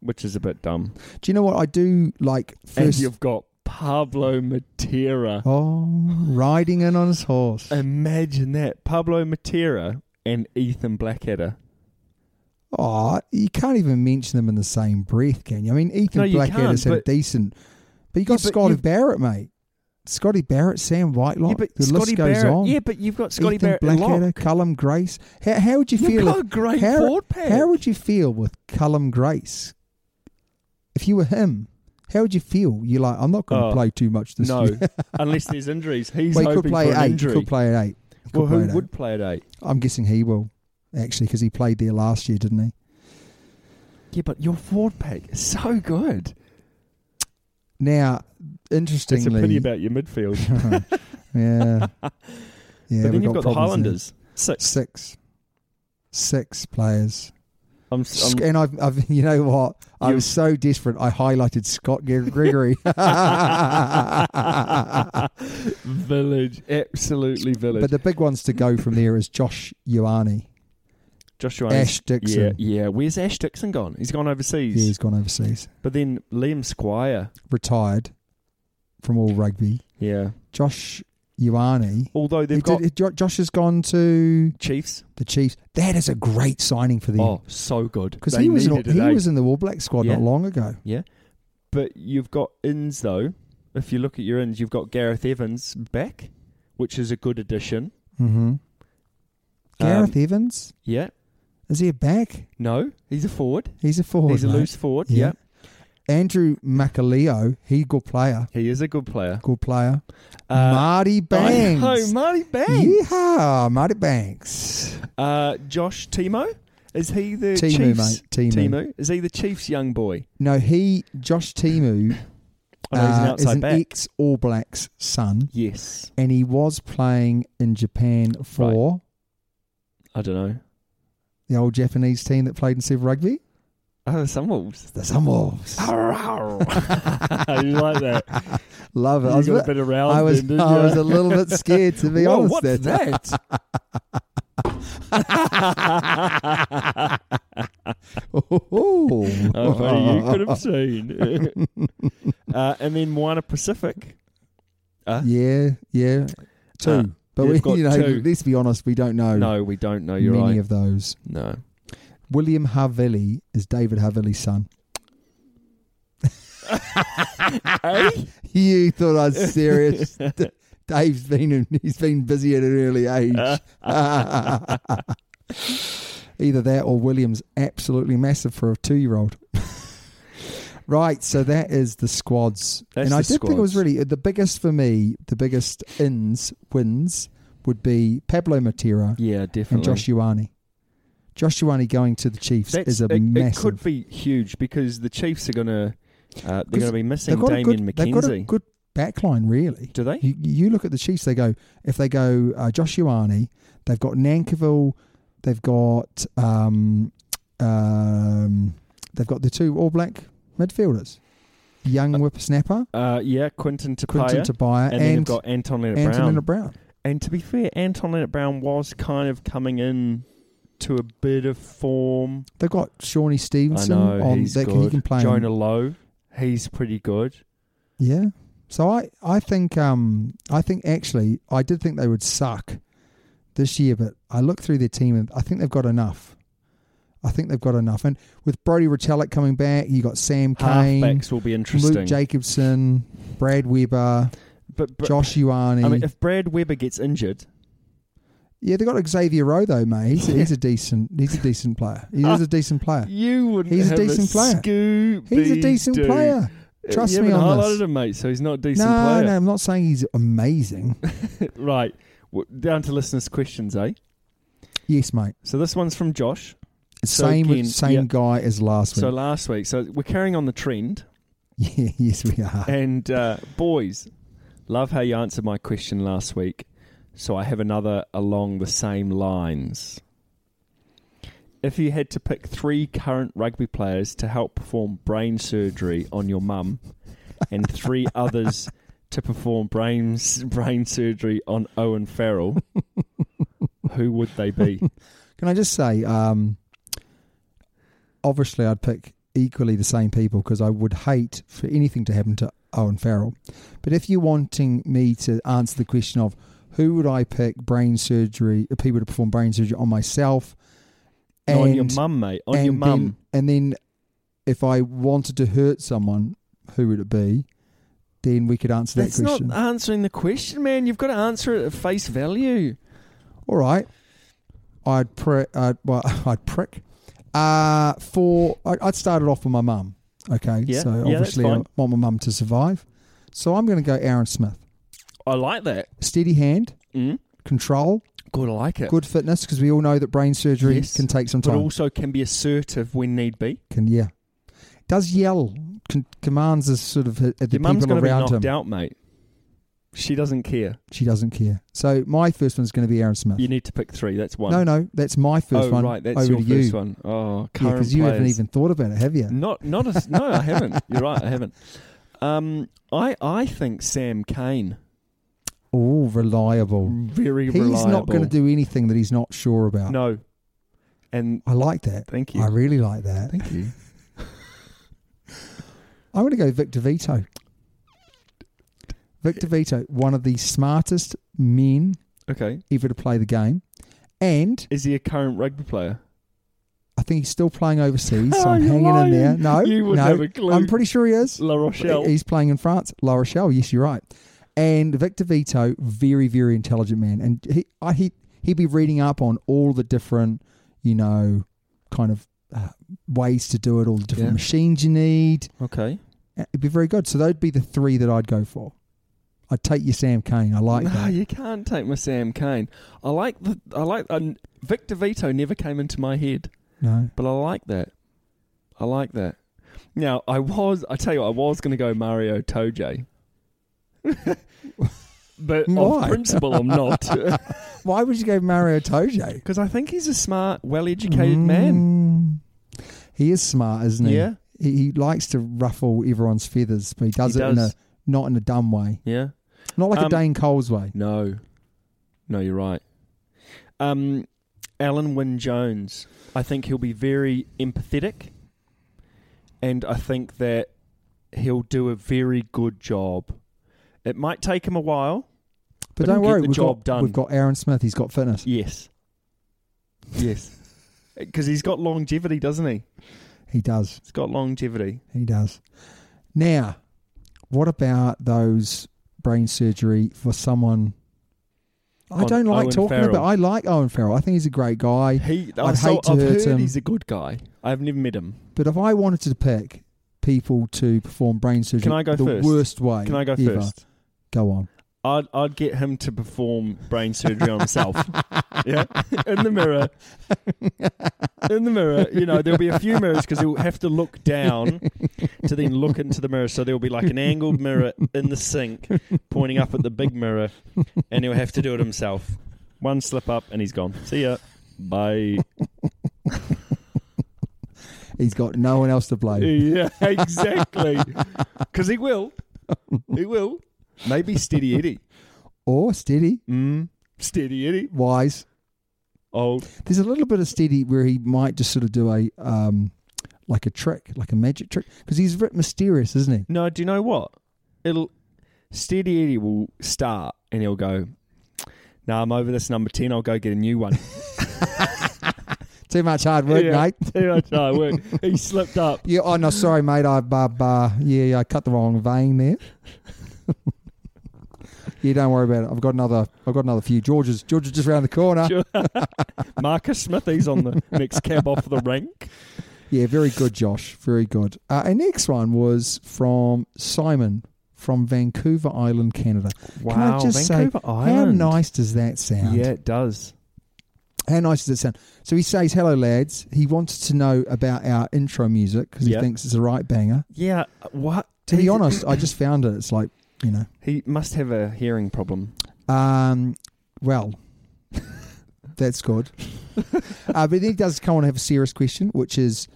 which is a bit dumb. Do you know what I do like And first? you've got Pablo Matera. oh, riding in on his horse. Imagine that. Pablo Matera and Ethan Blackadder. Oh, you can't even mention them in the same breath, can you? I mean, No, Ethan you Blackadder's can't, had a but- decent, but you got Yeah, but Scotty you- Barrett, mate. Scotty Barrett, Sam Whitelock. Oh, the list goes Barrett. on. Yeah, but you've got Scotty Ethan Barrett and Blackadder, Locke. Cullum Grace. How, how would you You've feel? got if- a great how, forward pack. How would you feel with Cullum Grace if you were him? How would you feel? You're like, I'm not going to Oh, play too much this No, year. unless there's injuries. He's well, he hoping could play for at an eight. injury. He could play at eight. He could well, play who at eight. would play at eight? I'm guessing he will actually because he played there last year, didn't he? Yeah, but your forward pack is so good. Now, It's a interestingly, pity about your midfield. yeah. Yeah, but we've then you've got, problems there. the Highlanders. Six. Six. Six players. I'm, Sc- I'm, and I've, I've, you know what? I You- was so desperate. I highlighted Scott Gre- Gregory. but village, absolutely village. the big ones to go from there is Josh Ioane. Joshua Ash Dixon. Yeah, yeah. Where's Ash Dixon gone? He's gone overseas. Yeah, he's gone overseas. But then Liam Squire. Retired from all rugby. Yeah. Josh Ioane. Although they've He got did- Jo- Josh has gone to Chiefs. the Chiefs. That is a great signing for them. Oh, so good. Because They he was in, needed he an eight. was in the All Black squad Yeah. not long ago. But you've got ins though. If you look at your ins, you've got Gareth Evans back, which is a good addition. Mm-hmm. Gareth E- Um, Evans yeah. is he a back? No, he's a forward. He's a forward. he's a mate. loose forward. Yeah. Andrew Macaleo, he good player, He is a good player. good player. Marty Banks. Oh, Uh, Marty Banks. Yeah, Marty Banks. Uh, Josh Timo. Is he the Timu, Chiefs? mate, Timu. Is he the Chiefs' young boy? No, he Josh Timu Oh, no, he's an uh, is outside an back. ex All Blacks son, yes. and he was playing in Japan for I don't know. the old Japanese team that played in Super Rugby, Oh, some wolves. the Sun Wolves. you like that? Love it. You I was, got a a bit bit- around. I was, then, didn't I you? was a little bit scared to be Whoa, honest. what's there. that? Oh. Oh, you could have seen. uh, and then Moana Pacific. Mm. Yeah, yeah. Two. Uh, but you've we, got you know, two. let's be honest, we don't know No, we don't know. You're many right. of those. no. William Havili is David Havili's son. you thought I was serious. D- Dave's been in, he's been busy at an early age. Either that or William's absolutely massive for a two year old. right, so that is the squads. That's and I did the think it was squads. really the biggest for me, the biggest ins wins would be Pablo Matera Yeah, definitely. and Josh Ioane. Josh Ioane going to the Chiefs That's- is a it, massive. It could be huge because the Chiefs are going to uh, they're going to be missing They've got a Damien good, They've got a McKenzie. good back line, really. Do they? You, you look at the Chiefs, they go, if they go uh, Josh Ioane, they've got Nankerville, they've got um, um, they've got the two All Black midfielders, young whippersnapper, Uh, yeah, Quinton Quinton Tapia, Tabaya, and, and, then you've got Anton Leonard Brown. Antonina Brown. And to be fair, Anton Leonard Brown was kind of coming in to a bit of form. They've got Shawnee Stevenson I know on he's that good. can, he can play. him. Jonah Lowe, he's pretty good. Yeah. So I, I think um I think actually I did think they would suck this year, but I looked through their team and I think they've got enough. I think they've got enough. And with Brody Retallick coming back, you got Sam Kane, Halfbacks will be interesting. Luke Jacobson, Brad Weber, but, but Josh Ioane. I mean, if Brad Weber gets injured, yeah, they've got Xavier Rowe though, mate. He's, he's a decent he's a decent player. He is a decent player. you wouldn't. He's a have decent player. Scooby He's a decent doo. player. Uh, Trust you me haven't on highlighted this. him, mate. So he's not a No, decent player. no, I'm not saying he's amazing. Right. W- Down to listeners' questions, eh? yes, mate. So this one's from Josh. So Same again, same yeah. guy as last week. So last week. So we're carrying on the trend. Yeah, yes, we are. And uh, boys, love how you answered my question last week. So I have another along the same lines. If you had to pick three current rugby players to help perform brain surgery on your mum, and three others to perform brain brain surgery on Owen Farrell, who would they be? Can I just say, um, obviously, I'd pick equally the same people because I would hate for anything to happen to Owen Farrell. But if you're wanting me to answer the question of who would I pick brain surgery, if people to perform brain surgery on myself, and No, on your mum, mate. On and your then- mum. and then if I wanted to hurt someone, who would it be? Then we could answer That's that not question. answering the question, man. You've got to answer it at face value. All right. I'd prick. I'd, well, I'd prick. Uh, for I- I'd start it off with my mum. Okay, Yeah, so yeah, that's obviously I fine. want my mum to survive. So I'm going to go Aaron Smith. I like that. Steady hand, Mm. control, Good, I like it. good fitness, because we all know that brain surgery Yes, can take some but time. also can be assertive when need be. can yeah, does yell con- commands us sort of at the Your mum's people going to be around knocked him. out, mate. She doesn't care. She doesn't care. So my first one's going to be Aaron Smith. You need to pick three. That's one. no, no, that's my first oh, one. right. That's over your to first you. one. Oh, Yeah, current because you haven't players. even thought about it, have you? Not, not a, no, I haven't. You're right. I haven't. Um, I, I think Sam Kane All reliable. very He's reliable. not going to do anything that he's not sure about. no. And I like that. Thank you. I really like that. thank you. I'm going to go Victor Vito. Victor Vito, one of the smartest men Okay, ever to play the game. And is he a current rugby player? I think he's still playing overseas, so Oh, I'm you're hanging in there. lying. No, You wouldn't no, have a clue. I'm pretty sure he is. La Rochelle. He's playing in France. La Rochelle, yes, you're right. And Victor Vito, very, very intelligent man. And he, I, he, he'd be reading up on all the different, you know, kind of uh, ways to do it, all the different Yeah. machines you need. Okay. Uh, It'd be very good. So they'd be the three that I'd go for. I'd take your Sam Kane. I like no, that. you can't take my Sam Kane. I like the. I like. Uh, Victor Vito never came into my head, No. but I like that. I like that. Now I was. I tell you, what, I was going to go Mario Toje. But Why? on principle, I'm not Why would you go Mario Toje? because I think he's a smart, well-educated man. Mm. He is smart, isn't he? Yeah. He, he likes to ruffle everyone's feathers, but he does He it in a does. not in a dumb way, Yeah. not like a Um, Dane Coles way. No. No, you're right. Um, Alan Wynne Jones. I think he'll be very empathetic. And I think that he'll do a very good job. It might take him a while. But, but don't he'll get worry, the we've job got done. we've got Aaron Smith. He's got fitness. Yes. Yes. Because he's got longevity, doesn't he? He does. He's got longevity. He does. Now, what about those brain surgery for someone? I On don't like Owen talking Farrell. about. I like Owen Farrell. I think he's a great guy. He, I'd I've, so, hate to I've hurt heard him. he's a good guy. I've never met him. But if I wanted to pick people to perform brain surgery, Can I go the first? worst way. Can I go ever, first? Go on. I'd, I'd get him to perform brain surgery on himself. yeah, in the mirror. In the mirror, you know, there'll be a few mirrors because he'll have to look down to then look into the mirror. So there'll be like an angled mirror in the sink pointing up at the big mirror, and he'll have to do it himself. One slip up, and he's gone. See ya. Bye. He's got no one else to blame. Yeah, exactly. Because he will. He will. Maybe Steady Eddie. Or steady, Mm. Steady Eddie. wise. Old. There's a little bit of steady where he might just sort of do a um, like a trick, like a magic trick, because he's a bit mysterious, isn't he? No, do you know what? It'll Steady Eddie will start and he'll go, No, I'm over this number ten, I'll go get a new one. Too much hard work, Yeah. mate. Too much hard work. He slipped up. Yeah, oh no, sorry, mate. I uh, uh, yeah, yeah, I cut the wrong vein there. yeah, don't worry about it. I've got another. I've got another few. George's George is just round the corner. Marcus Smith, he's on the next cab off the rank. Yeah, very good, Josh. Very good. Uh, and next one was from Simon from Vancouver Island, Canada. Can I just say, how nice does that sound? Yeah, it does. How nice does it sound? So he says, "Hello, lads." He wants to know about our intro music because he Yeah. thinks it's a right banger. Yeah, uh, what? To be honest, I just found it. It's like you know. he must have a hearing problem. Um, well, that's good. uh, but then he does come on and have a serious question, which is: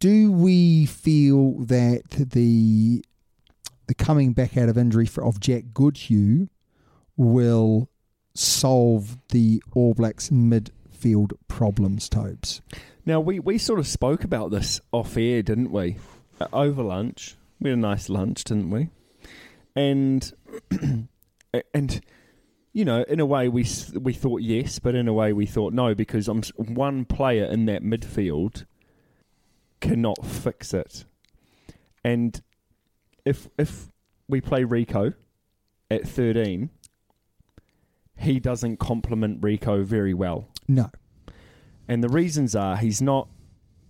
Do we feel that the the coming back out of injury for, of Jack Goodhue will solve the All Blacks midfield problems, Tobes? Now we, we sort of spoke about this off air, didn't we? Uh, Over lunch, we had a nice lunch, didn't we? And and you know, in a way, we s- we thought yes, but in a way, we thought no because I'm s- one player in that midfield cannot fix it. And if if we play Rico at thirteen, he doesn't complement Rico very well No. and the reasons are he's not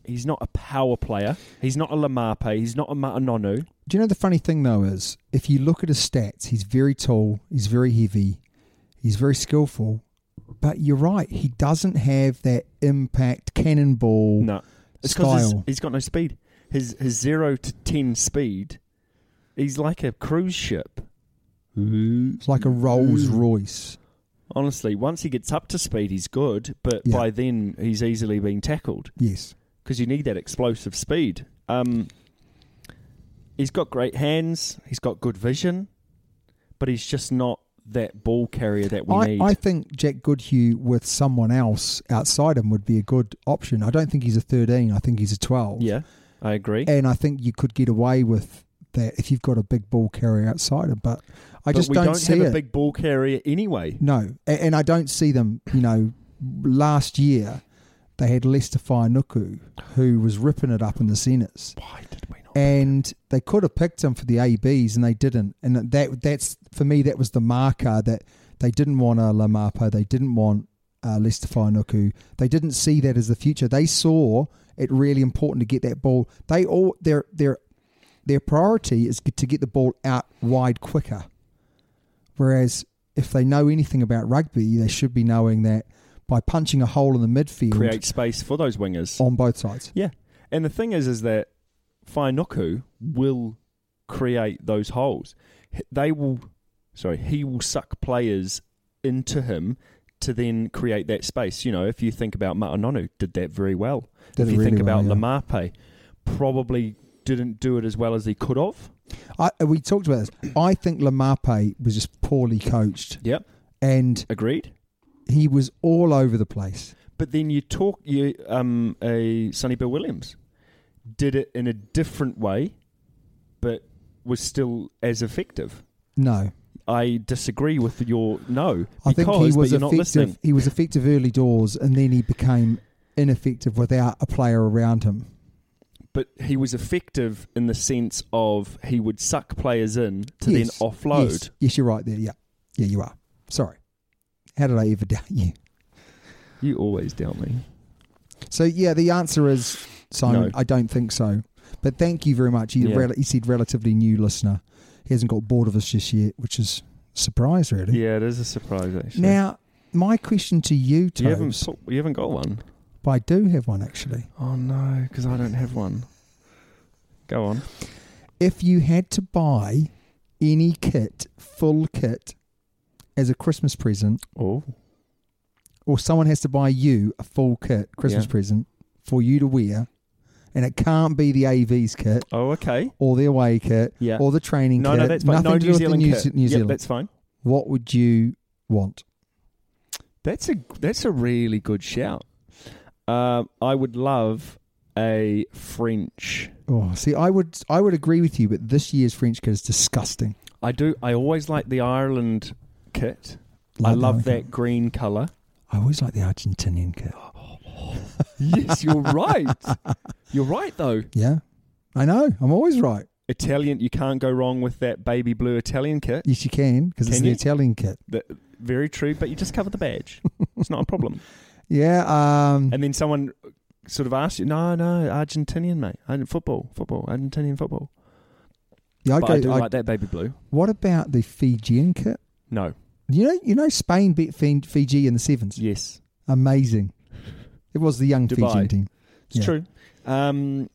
he's not a power player, he's not a Lamape, he's not a Matanonu. Do you know the funny thing though is if you look at his stats, he's very tall, he's very heavy, he's very skillful, but you're right, he doesn't have that impact cannonball. No, it's because Style. he's got no speed. His his zero to ten speed, he's like a cruise ship. It's like a Rolls Mm. Royce. Honestly, once he gets up to speed, he's good, but Yeah. by then he's easily being tackled Yes. because you need that explosive speed. Um, he's got great hands, he's got good vision, but he's just not that ball carrier that we I, need. I think Jack Goodhue with someone else outside him would be a good option. I don't think he's a 13, I think he's a 12. yeah, I agree. And I think you could get away with that if you've got a big ball carrier outside him, but I but just we don't, don't, see have it. a big ball carrier anyway. No, A- and I don't see them. You know, last year they had Lester Finuku, who was ripping it up in the centres, Why did we not? and they could have picked him for the ABs, and they didn't. And that that's for me that was the marker that they didn't want a Lamapo, they didn't want uh, Lester Finuku, they didn't see that as the future. They saw it really important to get that ball. They all their their their priority is to get the ball out wide quicker. Whereas if they know anything about rugby, they should be knowing that by punching a hole in the midfield create space for those wingers. on both sides. Yeah, and the thing is, is that Fainoku will create those holes. H- They will, sorry, he will suck players into him to then create that space. You know, if you think about Matanonu, did that very well. Did if it you think really well, about yeah. Lamape, probably didn't do it as well as he could have. I, we talked about this. I think Lamape was just poorly coached, Yep, and agreed. he was all over the place. But then you talk you um a Sonny Bill Williams did it in a different way, but was still as effective. No, I disagree with your no. Because, I think he but was you're not listening. effective. He was effective early doors, and then he became ineffective without a player around him. But he was effective in the sense of he would suck players in to Yes, then offload. Yes, Yes, you're right there. Yeah, yeah, you are. Sorry, how did I ever doubt you? You always doubt me. So yeah, the answer is Simon. No. I don't think so. But thank you very much. He, Yeah. rel- he said relatively new listener. He hasn't got bored of us just yet, which is a surprise really. Yeah, it is a surprise actually. Now, my question to you, you haven't Toves, put- you haven't got one. but I do have one actually. Oh no, because I don't have one. Go on. If you had to buy any kit, full kit, as a Christmas present, Oh, or someone has to buy you a full kit Christmas Yeah. present for you to wear, and it can't be the AV's kit oh, okay. or the away kit Yeah. or the training No, kit, no, that's fine. nothing No to do New with Zealand. the New, kit. Ze- New Yep, Zealand. that's fine. what would you want? That's a that's a really good shout. Um, I would love a French. Oh, see, I would, I would agree with you, but this year's French kit is disgusting. I do. I always like the Ireland kit. I Like love the- that green colour. I always like the Argentinian kit. Yes, you're right. You're right though. Yeah, I know. I'm always right. Italian, you can't go wrong with that baby blue Italian kit. Yes, you can because it's Can an you? Italian kit. That, very true, but you just cover the badge. It's not a problem. Yeah. Um, And then someone sort of asks you, "No, no, Argentinian, mate. Argent- Football, football, Argentinian football." yeah, I'd but go, I do I'd- like that baby blue. What about the Fijian kit? No. You know, you know, Spain beat Fin- Fiji in the sevens. Yes. Amazing. It was the young Dubai. Fijian team. It's Yeah. true. Um,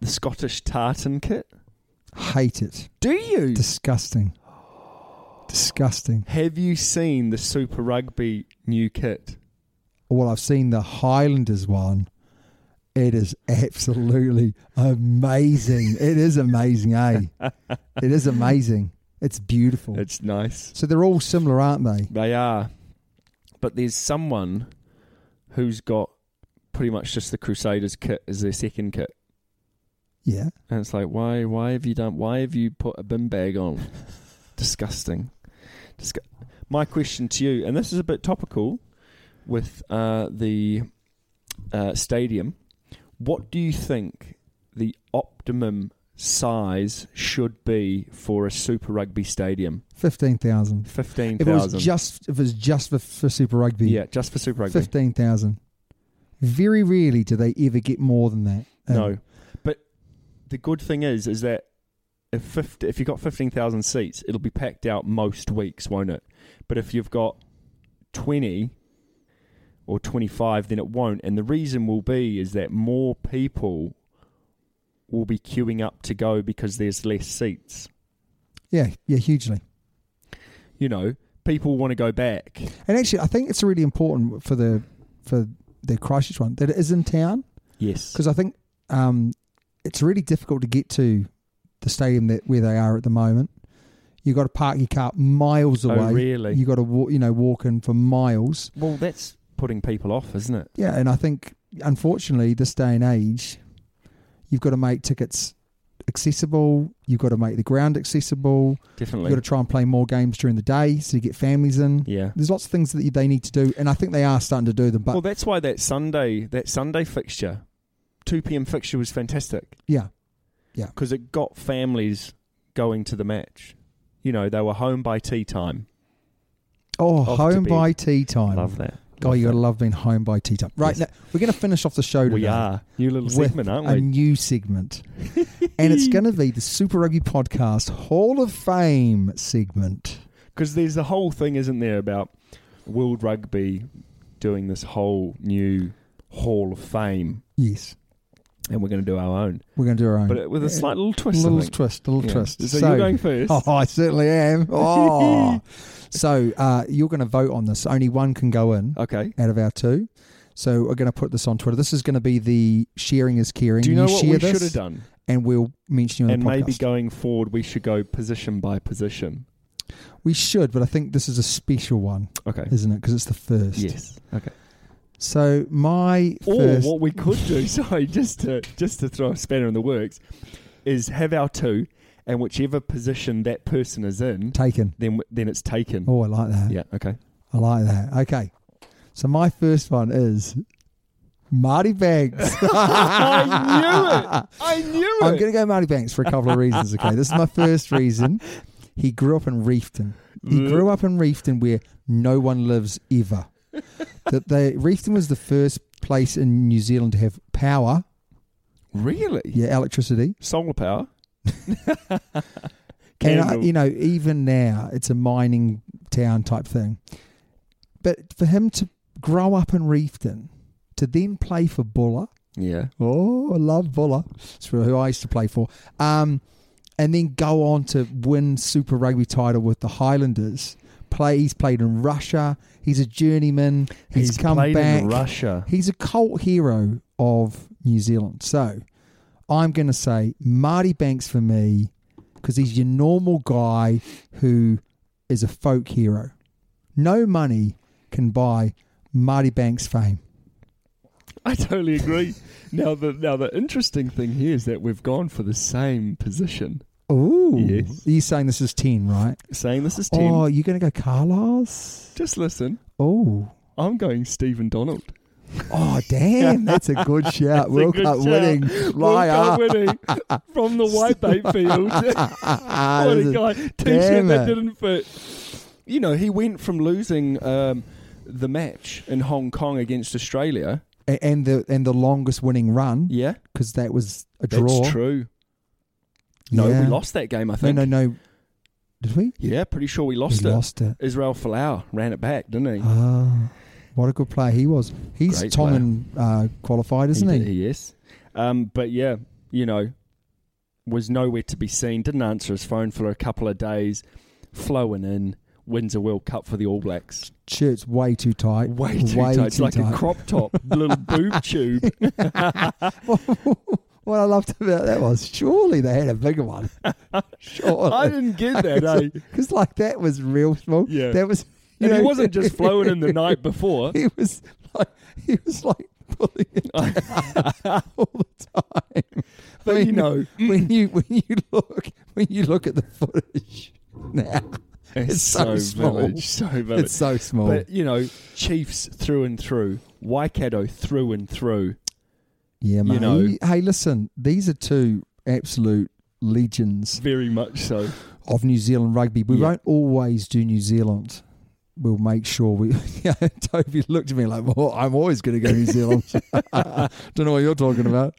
the Scottish tartan kit. Hate it. Do you Disgusting. Disgusting. have you seen the Super Rugby new kit? Well, I've seen the Highlanders one. It is absolutely amazing. It is amazing, eh? It is amazing. It's beautiful. It's nice. so they're all similar, aren't they? They are, but there's someone who's got pretty much just the Crusaders kit as their second kit, Yeah. and it's like, why? Why have you done? Why have you put a bin bag on? Disgusting. Disgu- My question to you, and this is a bit topical, with uh, the uh, stadium. What do you think the optimum size should be for a Super Rugby stadium? 15,000. Fifteen If it was thousand. just if it was just for, for Super Rugby. yeah, just for Super Rugby. Fifteen thousand. Very rarely do they ever get more than that. Um, No, but the good thing is, is that if 50, if you got fifteen thousand seats, it'll be packed out most weeks, won't it? But if you've got twenty or twenty five, then it won't. And the reason will be is that more people will be queuing up to go because there's less seats. Yeah, yeah, hugely. You know, people want to go back. And actually, I think it's really important for the for the Christchurch one that it is in town Yes, because I think um, it's really difficult to get to the stadium that where they are at the moment. You got to park your car miles Oh, away. really? You got to walk, you know, walk in for miles. well, that's putting people off, isn't it? Yeah, and I think unfortunately, this day and age, you've got to make tickets accessible. You've got to make the ground accessible. Definitely. You've got to try and play more games during the day so you get families in. Yeah. There's lots of things that they need to do, and I think they are starting to do them. But well, that's why that Sunday that Sunday fixture, two p.m. fixture was fantastic yeah, because it got families going to the match. You know, they were home by tea time. oh, Off to home bed. by tea time. Love that. Oh, you gotta love being home by tea time. Right now, we're gonna finish off the show today. We are. New little with segment, aren't we? A new segment, and it's gonna be the Super Rugby Podcast Hall of Fame segment. Because there's the whole thing, isn't there, about World Rugby doing this whole new Hall of Fame, Yes, and we're going to do our own, we're gonna do our own, but it- with a slight little twist. I little think. twist, little Yeah. twist. So, you're going first. Oh, I certainly am. Oh. so uh, you're going to vote on this. Only one can go in Okay. out of our two. So we're going to put this on Twitter. This is going to be the sharing is caring. Do you know what share we this should have done? And we'll mention you on And the podcast. maybe going forward, we should go position by position. we should, but I think this is a special one, Okay. isn't it? Because it's the first. Yes. Okay. So my Or first. what we could do, sorry, just to just to throw a spanner in the works, is have our two, and whichever position that person is in, taken. then then it's taken. Oh, I like that. Yeah. Okay. I like that. Okay. So my first one is Marty Banks. Ah, I knew it. I knew I'm it. going to go Marty Banks for a couple of reasons. Okay, this is my first reason. He grew up in Reefton. He grew up in Reefton where no one lives ever. That they Reefton was the first place in New Zealand to have power, really? yeah, electricity. Solar power. And I, Candle. you know, even now it's a mining town type thing. But for him to grow up in Reefton, to then play for Buller, Yeah. Oh, I love Buller. It's who I used to play for. Um, and then go on to win Super Rugby title with the Highlanders. Play. He's played in Russia. He's a journeyman. He's, come played back. in Russia. He's a cult hero of New Zealand. So I'm going to say Marty Banks for me because he's your normal guy who is a folk hero. No money can buy Marty Banks fame. I totally agree. now the now the interesting thing here is that we've gone for the same position. Ooh. Yes. You're saying this is 10, right? Saying this is ten. Oh, you're going to go Carlos? Just listen. Oh. I'm going Stephen Donald. Oh, damn. That's a good shout. That's a World good Cup shout. winning. World Cup Liar. winning from the white bait field. what a guy. Ah, T-shirt Damn that it. didn't fit. You know, he went from losing um, the match in Hong Kong against Australia. A- And the and the longest winning run Yeah. because that was a That's draw. true. No, Yeah. we lost that game, I No, think. no, no. Did we? Yeah, pretty sure we lost we it. lost it. Israel Folau ran it back, didn't he? Ah, what a good player he was. He's Great Tongan uh, qualified, isn't he? did- yes. Um, but yeah, you know, was nowhere to be seen. Didn't answer his phone for a couple of days. Flowing in, wins a World Cup for the All Blacks. Shirt's way too tight. Way too tight. It's like a crop top, little boob tube. what I loved about that was surely they had a bigger one. Surely. I didn't get that, eh? Because like that was real small. Yeah. That was. You And know, he wasn't just flowing in the night before. He was like he was like pulling it down all the time. But, you know- when you when you look when you look at the footage now, It's, so small. village, so village. it's so small. But you know, Chiefs through and through, Waikato through and through. yeah, mate. know- hey, listen, these are two absolute legends Very much so. of New Zealand rugby. We Yeah. won't always do New Zealand. We'll make sure we. Yeah, Toby looked at me like, "Well, I'm always going to go New Zealand." Don't know what you're talking about.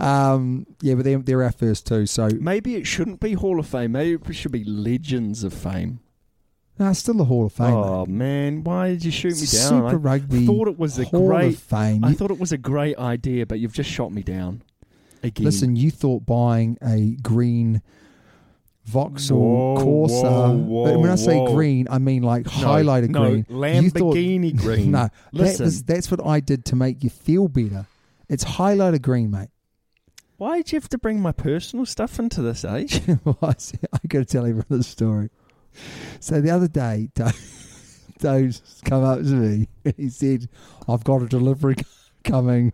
Um, yeah, but they're, they're our first two, so Maybe it shouldn't be Hall of Fame. Maybe it should be Legends of Fame. no, it's still the Hall of Fame. mate. Oh man, why did you shoot me down? Super I Rugby Thought it was a Hall great. of Fame. I You- thought it was a great idea, but you've just shot me down again. Listen, you thought buying a green Vauxhall Whoa, Corsa. whoa, whoa, but when I say whoa. green, I mean like highlighter no, green. You thought- Lamborghini green. no, that Listen. was, that's what I did to make you feel better. It's highlighter green, mate. why did you have to bring my personal stuff into this eh? age? Well, I said- I got to tell everyone this story. So the other day, Do- Doe's come up to me and he said, I've got a delivery coming.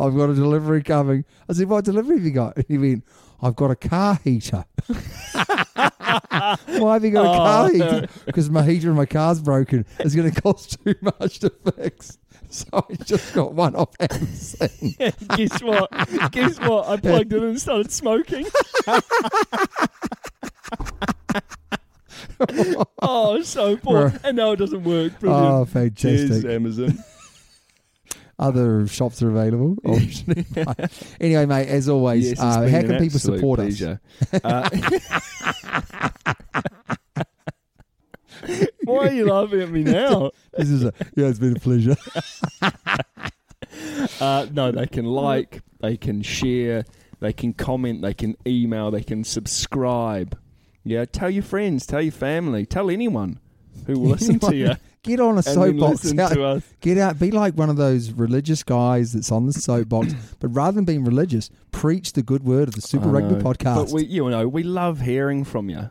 I've got a delivery coming. I said, What delivery have you got? And he went, I've got a car heater. Why have you got a car heater? Because my heater in my car's broken. It's going to cost too much to fix. So I just got one off Amazon. Guess what? Guess what? I plugged it in and started smoking. oh, so poor. Right. And now it doesn't work. Brilliant. Oh, fantastic. Cheers, Amazon. Other shops are available. Option. anyway, mate, as always, Yes, it's uh, been how an can people absolute support us? pleasure. Uh, Why are you laughing at me now? This is a, yeah, it's been a pleasure. Uh, no, they can like, they can share, they can comment, they can email, they can subscribe. Yeah, tell your friends, tell your family, tell anyone who will listen to you. Get on a then soapbox. listen to us. Get out. Be like one of those religious guys that's on the soapbox, but rather than being religious, preach the good word of the Super Rugby podcast. But we, you know, we love hearing from you.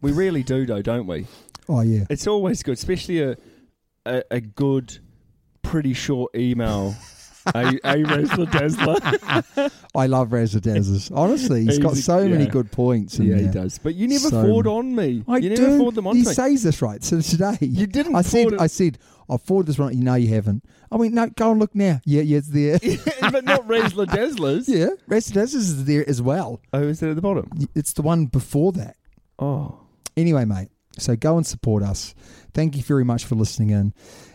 We really do, though, don't we? oh yeah, It's always good, especially a a, a good, pretty short email. a a Razzler Dazzler. I love Razor Dazzers. Honestly, he's got He's a- so many yeah. good points. In yeah, he there. does. But you never So- forward on me. I you do. never forward them on he me. says this right. So today You didn't I said. forward it- I said. I forwarded this one. You know you haven't. I went. No, go and look now. Yeah, yeah, it's there. but not Razzler Dazzlers. yeah, Razor Dazzers is there as well. Oh, is it at the bottom? It's the one before that. Oh. Anyway, mate. So go and support us. Thank you very much for listening in.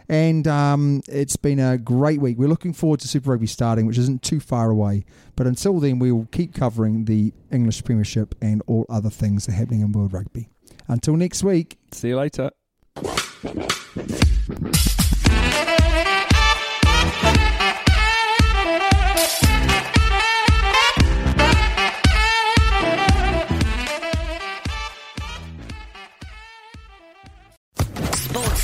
And um, it's been a great week. We're looking forward to Super Rugby starting, which isn't too far away. But until then, we will keep covering the English Premiership and all other things that are happening in World Rugby. Until next week. See you later. Sports